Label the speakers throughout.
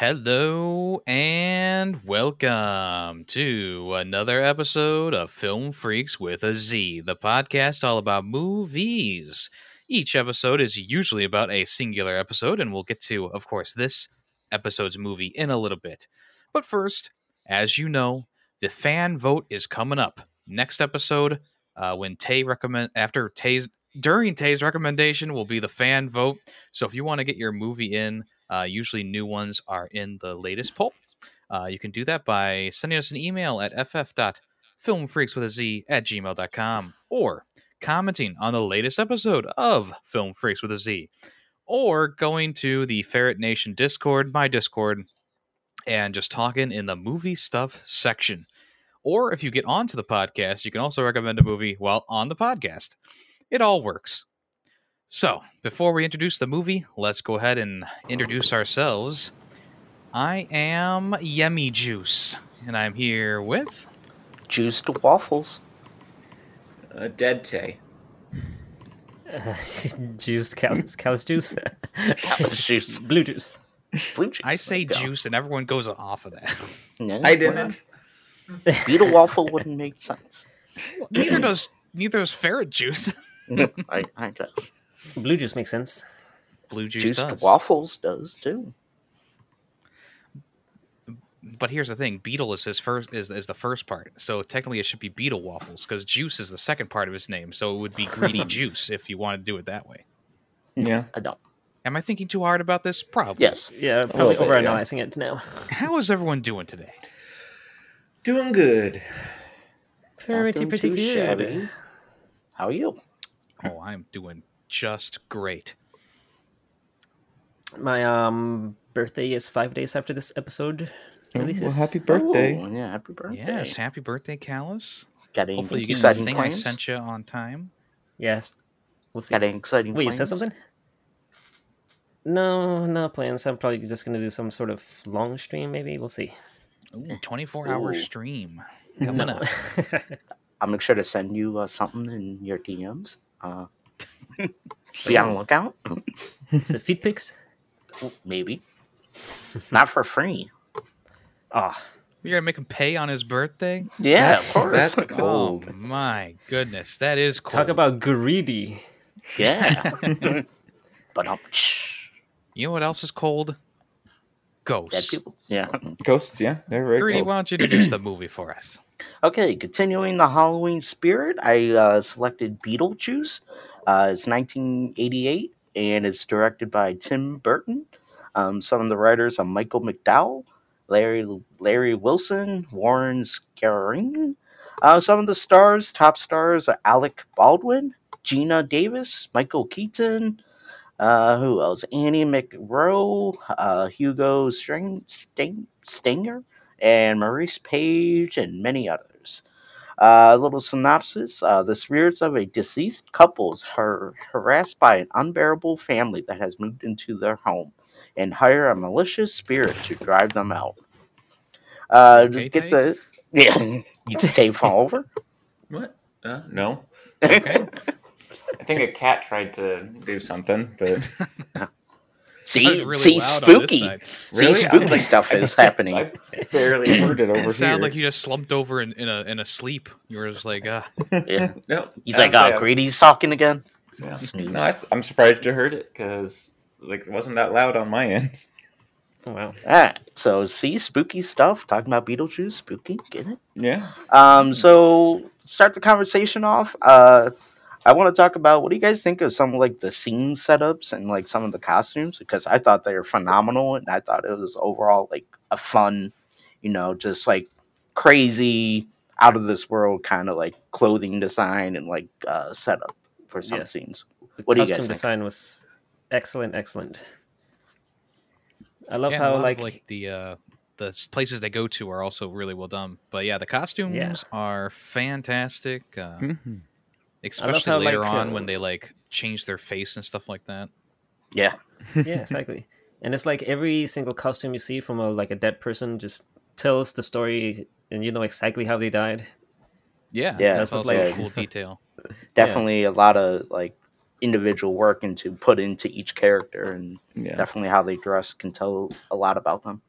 Speaker 1: Hello and welcome to another episode of Film Freaks with a Z, the podcast all about movies. Each episode is usually about a singular episode, and we'll get to, of course, this episode's movie in a little bit. But first, as you know, the fan vote is coming up. Next episode, uh, when Tay recommend after Tay's during Tay's recommendation will be the fan vote. So if you want to get your movie in, uh, usually, new ones are in the latest poll. Uh, you can do that by sending us an email at ff.filmfreaks with a Z at gmail.com or commenting on the latest episode of Film Freaks with a Z or going to the Ferret Nation Discord, my Discord, and just talking in the movie stuff section. Or if you get onto the podcast, you can also recommend a movie while on the podcast. It all works. So, before we introduce the movie, let's go ahead and introduce ourselves. I am Yummy Juice, and I'm here with
Speaker 2: juiced waffles.
Speaker 3: Uh, dead Tay.
Speaker 4: juice, callus, callus juice,
Speaker 2: juice.
Speaker 4: blue juice.
Speaker 2: Blue juice.
Speaker 1: I say
Speaker 2: There you
Speaker 1: juice, and everyone goes off of that.
Speaker 2: go. No,
Speaker 3: I
Speaker 2: why
Speaker 3: didn't.
Speaker 2: not? Beat a waffle wouldn't make sense.
Speaker 1: neither does neither does ferret juice.
Speaker 2: I, I guess.
Speaker 4: Blue juice makes sense.
Speaker 1: Blue juice
Speaker 2: Juiced
Speaker 1: does.
Speaker 2: waffles does too.
Speaker 1: But here's the thing: beetle is his first is, is the first part, so technically it should be beetle waffles because juice is the second part of his name. So it would be greedy juice if you wanted to do it that way.
Speaker 3: Yeah.
Speaker 2: I don't.
Speaker 1: Am I thinking too hard about this? Probably.
Speaker 2: Yes.
Speaker 4: Yeah, probably
Speaker 3: bit, yeah.
Speaker 4: overanalyzing it now.
Speaker 1: How is everyone doing today?
Speaker 3: Doing good.
Speaker 4: Pretty,
Speaker 2: Not doing
Speaker 4: pretty
Speaker 2: too
Speaker 4: good.
Speaker 2: shabby. How are you?
Speaker 1: Oh, I'm doing just great.
Speaker 4: My um birthday is five days after this episode releases.
Speaker 3: Oh, Well, happy birthday.
Speaker 2: Oh, yeah, happy birthday.
Speaker 1: Yes, happy birthday, Callus.
Speaker 2: Got any
Speaker 1: Hopefully you get the
Speaker 2: exciting
Speaker 1: thing I
Speaker 2: plans?
Speaker 1: sent you on time.
Speaker 4: Yes. We'll see.
Speaker 2: Got any exciting
Speaker 4: Wait, you
Speaker 2: plans?
Speaker 4: said something? No, not plans. I'm probably just gonna do some sort of long stream. Maybe we'll see.
Speaker 1: Ooh, 24 hour
Speaker 2: Ooh.
Speaker 1: stream coming
Speaker 4: no.
Speaker 1: up.
Speaker 2: I'll make sure to send you uh, something in your DMs. Uh, be on the lookout.
Speaker 4: so feed pics.
Speaker 2: Maybe. Not for free.
Speaker 4: Ah,
Speaker 1: You're gonna make him pay on his birthday?
Speaker 2: Yeah,
Speaker 3: That's-
Speaker 2: of course.
Speaker 3: that's
Speaker 1: Oh
Speaker 3: cold.
Speaker 1: my goodness, that is cool.
Speaker 4: talk about greedy.
Speaker 2: Yeah. but um,
Speaker 1: you know what else is cold?
Speaker 2: dead
Speaker 1: Ghosts.
Speaker 2: people. Yeah.
Speaker 3: Ghosts, yeah. They're very
Speaker 1: Greedy,
Speaker 3: cold.
Speaker 1: why don't you introduce the movie for us?
Speaker 2: Okay, continuing the Halloween spirit, I uh, selected Beetlejuice. Uh, it's 1988 and it's directed by Tim Burton. Um, some of the writers are Michael McDowell, Larry Larry Wilson, Warren Scarring. Uh, some of the stars, top stars, are Alec Baldwin, Gina Davis, Michael Keaton. Uh, who else? Annie McRow, uh, Hugo String, Sting, Stinger, and Maurice Page, and many others. Uh, a little synopsis uh, The spirits of a deceased couple is har- harassed by an unbearable family that has moved into their home and hire a malicious spirit to drive them out. Uh,
Speaker 1: Okay,
Speaker 2: get
Speaker 1: Tay?
Speaker 2: the. Yeah, you take fall over.
Speaker 3: What? Uh, no.
Speaker 1: Okay.
Speaker 3: I think a cat tried to do something, but
Speaker 2: See,
Speaker 1: Sounded really
Speaker 2: see,
Speaker 1: loud on this
Speaker 2: spooky.
Speaker 1: side.
Speaker 2: See,
Speaker 3: Really? I was
Speaker 2: spooky
Speaker 3: like-
Speaker 2: stuff is happening.
Speaker 3: I barely heard it over
Speaker 1: It sounded like
Speaker 3: here.
Speaker 1: you just slumped over in, in a in a sleep. You were just like, uh,
Speaker 2: Yeah.
Speaker 3: No,
Speaker 2: He's
Speaker 3: I
Speaker 2: like,
Speaker 3: say
Speaker 2: oh,
Speaker 3: I-
Speaker 2: Greedy's talking again.
Speaker 3: yeah.
Speaker 2: Snooze.
Speaker 3: No, that's, I'm surprised you heard it because like it wasn't that loud on my end.
Speaker 4: Oh, Wow.
Speaker 2: Alright, so see, spooky stuff. Talking about Beetlejuice, spooky, get it?
Speaker 3: Yeah.
Speaker 2: Um, so start the conversation off. Uh, I want to talk about what do you guys think of some like the scene setups and like some of the costumes because I thought they were phenomenal and I thought it was overall like a fun, you know, just like crazy out of this world kind of like clothing design and like uh, setup for some
Speaker 4: Yes.
Speaker 2: scenes.
Speaker 4: The
Speaker 2: What do you guys
Speaker 4: costume
Speaker 2: think?
Speaker 4: design was excellent, excellent. I love
Speaker 1: yeah, a
Speaker 4: how
Speaker 1: lot of,
Speaker 4: like,
Speaker 1: the uh, the s- places they go to are also really well done. But yeah, the costumes are fantastic.
Speaker 3: Hmm.
Speaker 1: Uh, especially
Speaker 4: how,
Speaker 1: later
Speaker 4: like,
Speaker 1: on when
Speaker 4: uh,
Speaker 1: they like change their face and stuff like that.
Speaker 2: Yeah,
Speaker 4: yeah, exactly. And it's like every single costume you see from a like a dead person just tells the story, and you know exactly how they died.
Speaker 1: Yeah,
Speaker 2: Yeah,
Speaker 1: that's
Speaker 4: that's
Speaker 1: also
Speaker 2: like-
Speaker 1: a cool detail.
Speaker 2: definitely a lot of like individual work into put into each character and
Speaker 3: Yeah.
Speaker 2: definitely how they dress can tell a lot about them.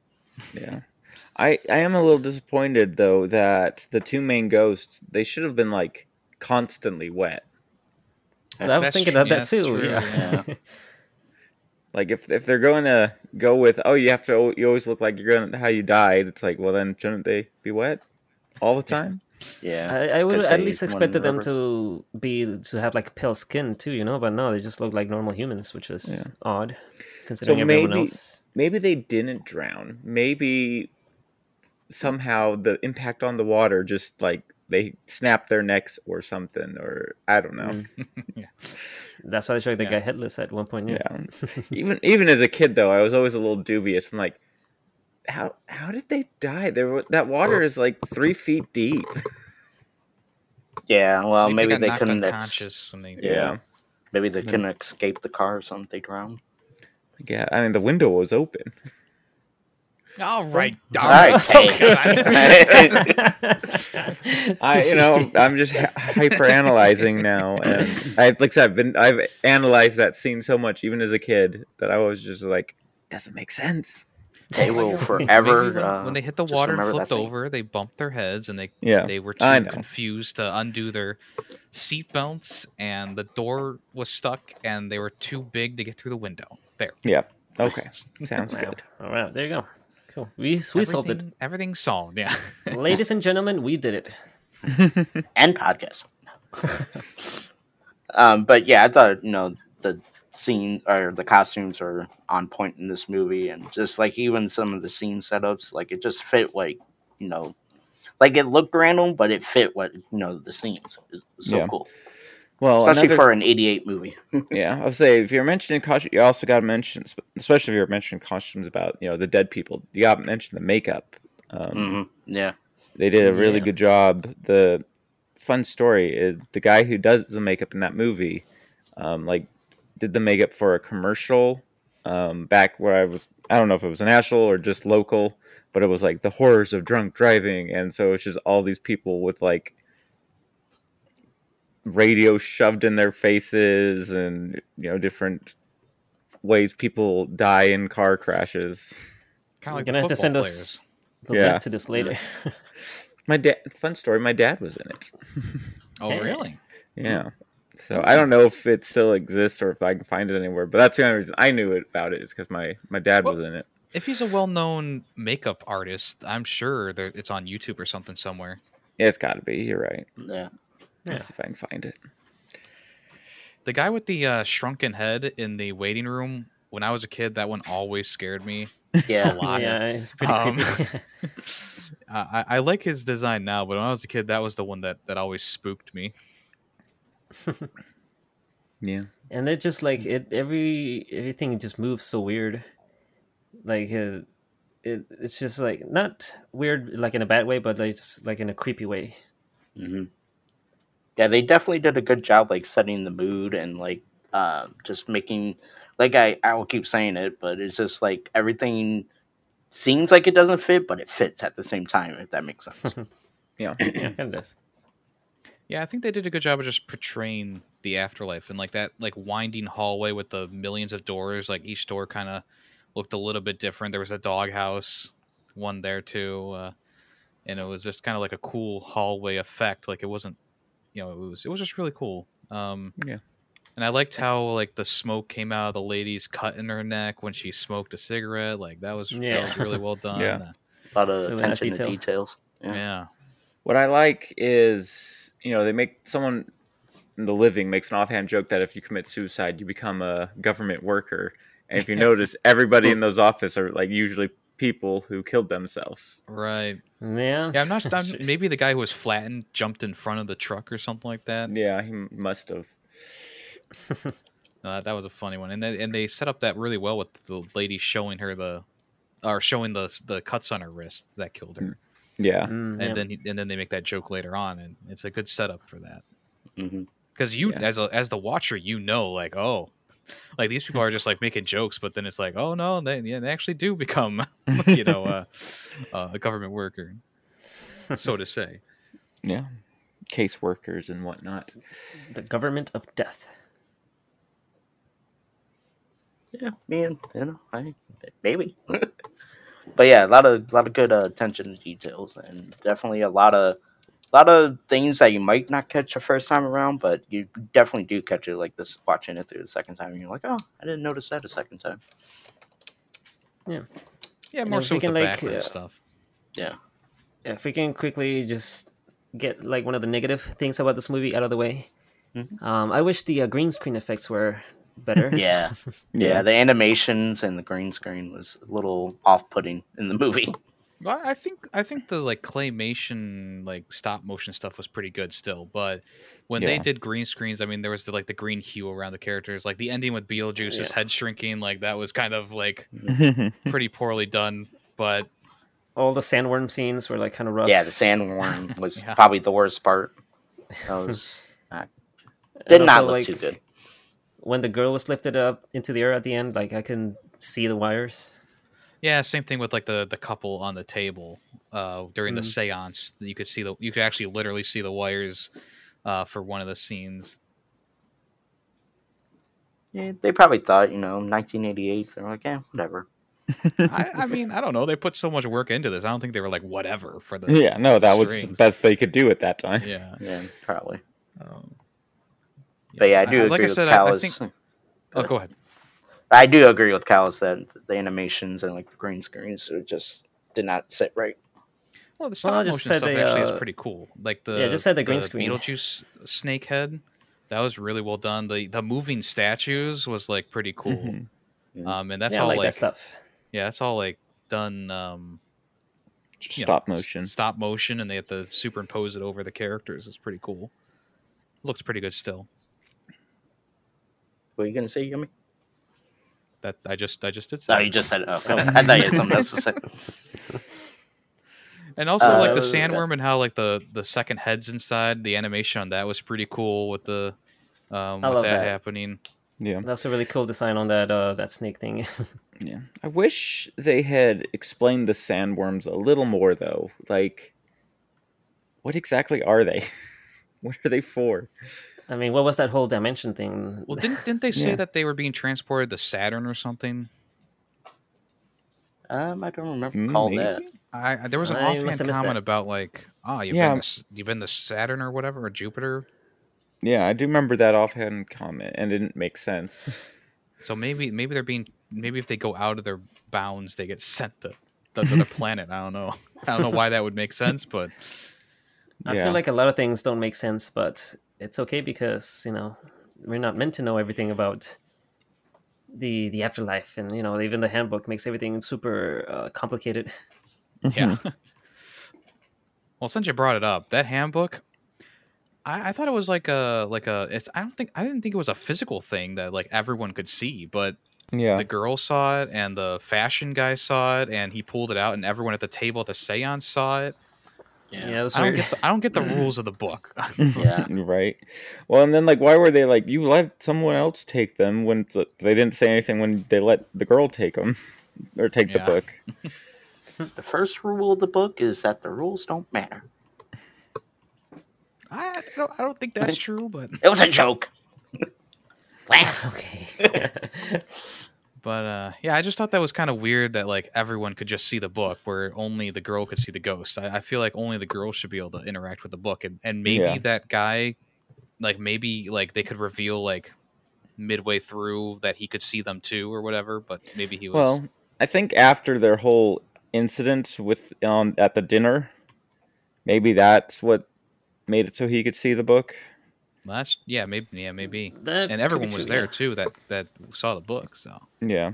Speaker 3: Yeah. I I am a little disappointed though that the two main ghosts they should have been like constantly wet.
Speaker 4: And I was
Speaker 1: That's
Speaker 4: thinking
Speaker 1: true-
Speaker 4: about
Speaker 1: that's
Speaker 4: that too.
Speaker 1: true,
Speaker 4: yeah.
Speaker 3: Like if if they're going to go with oh you have to al- you always look like you're going to how you died it's like well then shouldn't they be wet all the time?
Speaker 2: Yeah.
Speaker 4: I, I would
Speaker 2: 'cause
Speaker 4: at
Speaker 2: they
Speaker 4: least
Speaker 2: want
Speaker 4: expected them
Speaker 2: rubber.
Speaker 4: to be to have like pale skin too, you know. But no, they just look like normal humans, which is
Speaker 3: Yeah.
Speaker 4: odd considering
Speaker 3: So
Speaker 4: everyone
Speaker 3: maybe-
Speaker 4: else.
Speaker 3: Maybe they didn't drown. Maybe somehow the impact on the water just like they snapped their necks or something or I don't
Speaker 2: Mm,
Speaker 3: know.
Speaker 4: That's why they showed the
Speaker 1: Yeah.
Speaker 4: guy headless at one point. Yeah.
Speaker 3: Yeah. even even as a kid though, I was always a little dubious. I'm like, how how did they die? There wa- that water is like three feet deep.
Speaker 2: Yeah, well, Oh, maybe,
Speaker 1: got
Speaker 2: they
Speaker 1: knocked
Speaker 2: couldn't. Ex-
Speaker 1: unconscious. and they-
Speaker 2: Yeah. maybe they
Speaker 3: Yeah.
Speaker 2: couldn't escape the car or something. They drowned.
Speaker 3: Yeah, I mean the window was open.
Speaker 1: All right,
Speaker 2: All right,
Speaker 1: God.
Speaker 2: Tate.
Speaker 3: I you know I'm just hy- hyperanalyzing now, and I like I said, I've been I've analyzed that scene so much even as a kid that I was just like doesn't make sense.
Speaker 2: They will
Speaker 1: Maybe
Speaker 2: forever.
Speaker 1: when,
Speaker 2: uh,
Speaker 1: when they hit the
Speaker 2: just
Speaker 1: water and
Speaker 2: remember that
Speaker 1: flipped
Speaker 2: scene.
Speaker 1: over, they bumped their heads and they
Speaker 3: Yeah,
Speaker 1: they were
Speaker 3: I
Speaker 1: too
Speaker 3: know.
Speaker 1: confused to undo their seatbelts, and the door was stuck, and they were too big to get through the window. There.
Speaker 3: yeah. Okay, sounds
Speaker 4: Wow.
Speaker 3: good.
Speaker 4: All right, there you go. Cool. We we solved it,
Speaker 1: Everything- Everything's solved. Yeah.
Speaker 4: ladies and gentlemen. We did it.
Speaker 2: and podcast. um, but yeah, I thought you know the scene or the costumes are on point in this movie, and just like even some of the scene setups, like it just fit like you know, like it looked random, but it fit what you know the scenes. It was so
Speaker 3: Yeah.
Speaker 2: cool,
Speaker 3: Well,
Speaker 2: especially
Speaker 3: another-
Speaker 2: for an '88 movie.
Speaker 3: Yeah, I'll say if you're mentioning costumes, you also got to mention, sp- especially if you're mentioning costumes about you know the dead people. You got to mention the makeup. Um,
Speaker 1: Mm-hmm.
Speaker 2: hmm Yeah,
Speaker 3: They did a really
Speaker 4: Yeah.
Speaker 3: good job. The fun story is the guy who does the makeup in that movie, um, like did the makeup for a commercial um, back where I was. I don't know if it was national or just local, but it was like the horrors of drunk driving, and so it's just all these people with like radio shoved in their faces and you know different ways people die in car crashes.
Speaker 1: Kind of like
Speaker 4: We're
Speaker 1: the
Speaker 4: gonna have
Speaker 1: football
Speaker 4: to send
Speaker 1: players.
Speaker 4: us the
Speaker 3: Yeah.
Speaker 4: link to this later.
Speaker 3: My dad fun story, my dad was in it.
Speaker 1: Oh,
Speaker 4: Hey.
Speaker 1: really?
Speaker 3: Yeah. So I don't know if it still exists or if I can find it anywhere, but that's the only reason I knew it, about it is because my my dad was in it.
Speaker 1: If he's a well-known makeup artist, I'm sure there, it's on YouTube or something somewhere.
Speaker 3: Yeah, it's got to be. You're right.
Speaker 2: yeah.
Speaker 3: Let's see if I can find it.
Speaker 1: The guy with the uh, shrunken head in the waiting room. When I was a kid, that one always scared me. A
Speaker 2: Yeah,
Speaker 1: lot.
Speaker 4: Yeah, it's pretty
Speaker 1: Um,
Speaker 4: creepy.
Speaker 1: I, I I like his design now, but when I was a kid, that was the one that, that always spooked me.
Speaker 3: Yeah.
Speaker 4: and it just like it every everything just moves so weird like uh, it, it's just like not weird like in a bad way but like just like in a creepy way Mm-hmm.
Speaker 2: hmm Yeah, they definitely did a good job, like setting the mood and like uh, just making, like I I will keep saying it, but it's just like everything seems like it doesn't fit, but it fits at the same time. If that makes sense.
Speaker 3: Yeah.
Speaker 4: yeah kind of does
Speaker 1: Yeah, I think they did a good job of just portraying the afterlife and like that like winding hallway with the millions of doors. Like each door kind of looked a little bit different. There was a doghouse one there too, uh, and it was just kind of like a cool hallway effect. Like it wasn't, you know, it was it was just really cool. Um,
Speaker 3: Yeah.
Speaker 1: and I liked how like the smoke came out of the lady's cut in her neck when she smoked a cigarette. Like that was
Speaker 4: Yeah.
Speaker 1: that was really well done.
Speaker 3: Yeah.
Speaker 1: Uh,
Speaker 2: A lot of
Speaker 4: So, uh,
Speaker 2: attention
Speaker 4: detail.
Speaker 2: to details. Yeah.
Speaker 1: yeah.
Speaker 3: What I like is, you know, they make someone in the living makes an offhand joke that if you commit suicide, you become a government worker. And if you notice, everybody in those office are like usually people who killed themselves.
Speaker 1: Right.
Speaker 4: yeah
Speaker 1: Yeah, I'm not.
Speaker 4: Mm,
Speaker 1: I'm, maybe the guy who was flattened jumped in front of the truck or something like that.
Speaker 3: Yeah, he must have.
Speaker 1: No, Uh, that, that was a funny one, and then, and they set up that really well with the lady showing her the, or showing the the cuts on her wrist that killed her,
Speaker 4: Mm-hmm.
Speaker 3: Yeah.
Speaker 4: Mm, yeah.
Speaker 1: and then and then they make that joke later on, and it's a good setup for that
Speaker 2: hmm
Speaker 1: because you
Speaker 3: Yeah.
Speaker 1: as a as the watcher you know like oh, like these people are just like making jokes, but then it's like oh no they yeah, they actually do become you know uh, uh, a government worker, so to say.
Speaker 3: Yeah. Case workers and whatnot.
Speaker 4: the government of death
Speaker 2: Yeah, man. You know, I maybe. but yeah, a lot of lot of good uh, attention to details, and definitely a lot of a lot of things that you might not catch the first time around, but you definitely do catch it like this watching it through the second time, and you're like, oh, I didn't notice that a second time.
Speaker 1: Yeah,
Speaker 4: And
Speaker 1: more
Speaker 4: I'm
Speaker 1: so with the
Speaker 4: thinking, like,
Speaker 1: background
Speaker 4: uh,
Speaker 1: stuff.
Speaker 2: Yeah,
Speaker 4: if we can quickly just get like one of the negative things about this movie out of the way,
Speaker 1: Hmm?
Speaker 2: Mhm.
Speaker 4: um, I wish the uh, green screen effects were better.
Speaker 2: yeah, yeah. The animations and the green screen was a little off-putting in the movie.
Speaker 1: Well, I think I think the like claymation, like stop motion stuff was pretty good still. But when they
Speaker 3: Yeah.
Speaker 1: did green screens, I mean, there was the, like the green hue around the characters. Like the ending with Beetlejuice's
Speaker 4: Yeah.
Speaker 1: head shrinking, like that was kind of like
Speaker 3: yeah.
Speaker 1: pretty poorly done. But
Speaker 4: All the sandworm scenes were like kind of rough.
Speaker 2: Yeah, the sandworm was
Speaker 1: Yeah.
Speaker 2: probably the worst part. That was not,
Speaker 4: And
Speaker 2: did not
Speaker 4: also,
Speaker 2: look
Speaker 4: like,
Speaker 2: too good.
Speaker 4: When the girl was lifted up into the air at the end, like I can see the wires.
Speaker 1: yeah, same thing with like the the couple on the table uh, during
Speaker 3: Mm.
Speaker 1: the
Speaker 4: Mhm.
Speaker 1: seance. You could see the you could actually literally see the wires uh, for one of the scenes.
Speaker 2: Yeah, they probably thought, you know, 1988. They're like, yeah, whatever.
Speaker 1: I, I mean, I don't know. They put so much work into this. I don't think they were like whatever for the
Speaker 3: Yeah, no, that was the
Speaker 1: Strings.
Speaker 3: best they could do at that time.
Speaker 1: yeah.
Speaker 2: Yeah, probably.
Speaker 1: Um,
Speaker 2: But yeah, I do agree
Speaker 1: like I
Speaker 2: with
Speaker 1: said, I- I,
Speaker 2: Cal's. I,
Speaker 1: think. Oh, go ahead.
Speaker 2: do agree with Cal's that the animations and like the green screens are just did not sit right.
Speaker 1: Well, the stop
Speaker 4: Well, I just
Speaker 1: motion
Speaker 4: said
Speaker 1: stuff
Speaker 4: they,
Speaker 1: actually is
Speaker 4: uh,
Speaker 1: pretty cool. Like the
Speaker 4: yeah, just said the green screen.
Speaker 1: Beetlejuice snake head, that was really well done. The the moving statues was like pretty cool.
Speaker 3: Mhm.
Speaker 2: Mhm.
Speaker 1: Um, and that's
Speaker 4: yeah, I
Speaker 1: all
Speaker 4: like,
Speaker 1: like,
Speaker 4: that stuff.
Speaker 1: yeah, that's all like done. Um,
Speaker 3: Just
Speaker 1: you know,
Speaker 3: Stop
Speaker 1: s-
Speaker 3: motion.
Speaker 1: stop motion, and they have to superimpose it over the characters. It's pretty cool. Looks pretty good still.
Speaker 2: What are you gonna say, Yummy?
Speaker 1: That I just I just did. say
Speaker 2: Oh,
Speaker 1: that.
Speaker 2: you just said. Oh, okay. I thought you had something else to say.
Speaker 1: And also like the
Speaker 4: Uh,
Speaker 1: sandworm and how like the the second head's inside the animation on that was pretty cool with the um
Speaker 4: I
Speaker 1: with
Speaker 4: love
Speaker 1: that,
Speaker 4: that.
Speaker 1: happening.
Speaker 3: Yeah.
Speaker 4: That was a really cool design on that uh, that snake thing.
Speaker 3: Yeah. I wish they had explained the sandworms a little more though. Like what exactly are they? what are they for?
Speaker 4: I mean, what was that whole dimension thing?
Speaker 1: Well, didn't didn't they say
Speaker 3: Yeah.
Speaker 1: that they were being transported to Saturn or something?
Speaker 2: Um, I don't remember
Speaker 3: Mm,
Speaker 2: call
Speaker 3: maybe?
Speaker 2: that.
Speaker 1: I I- there was an
Speaker 4: I must
Speaker 1: offhand
Speaker 4: have missed
Speaker 1: comment
Speaker 4: that.
Speaker 1: about like, ah, you've
Speaker 3: Yeah.
Speaker 1: been to, S- you've been to Saturn or whatever or Jupiter.
Speaker 3: Yeah, I do remember that offhand comment and it didn't make sense.
Speaker 1: So maybe maybe they're being maybe if they go out of their bounds, they get sent to the other planet. I don't know. I don't know why that would make sense, but
Speaker 4: I
Speaker 3: yeah.
Speaker 4: feel like a lot of things don't make sense, but it's okay because you know we're not meant to know everything about the the afterlife, and you know even the handbook makes everything super uh, complicated.
Speaker 3: Mm-hmm.
Speaker 1: yeah. well, since you brought it up, that handbook, I, I thought it was like a like a. It's, I don't think I didn't think it was a physical thing that like everyone could see, but
Speaker 3: Yeah.
Speaker 1: the girl saw it and the fashion guy saw it and he pulled it out and everyone at the table at the seance saw it.
Speaker 4: Yeah,
Speaker 2: Yeah.
Speaker 4: it was
Speaker 1: I don't
Speaker 4: weird.
Speaker 1: get the, I don't get the rules of the book.
Speaker 2: Yeah.
Speaker 3: right. Well, and then like why were they like you let someone else take them when th- they didn't say anything when they let the girl take them or take
Speaker 1: Yeah.
Speaker 3: the book.
Speaker 2: The first rule of the book is that the rules don't matter.
Speaker 1: I I don't, I don't think that's true, but
Speaker 2: It was a joke. Laugh.
Speaker 4: okay.
Speaker 1: but uh, yeah, I just thought that was kind of weird that like everyone could just see the book, where only the girl could see the ghost. I, I feel like only the girl should be able to interact with the book, and and maybe
Speaker 3: Yeah.
Speaker 1: that guy, like maybe like they could reveal like midway through that he could see them too or whatever. But maybe he was
Speaker 3: Well, I think after their whole incident with um at the dinner, maybe that's what made it so he could see the book.
Speaker 1: last. Yeah, maybe. Yeah, maybe.
Speaker 4: That could
Speaker 1: And
Speaker 4: be
Speaker 1: everyone
Speaker 4: true,
Speaker 1: was there
Speaker 4: yeah.
Speaker 1: too that that saw the book. So
Speaker 3: Yeah.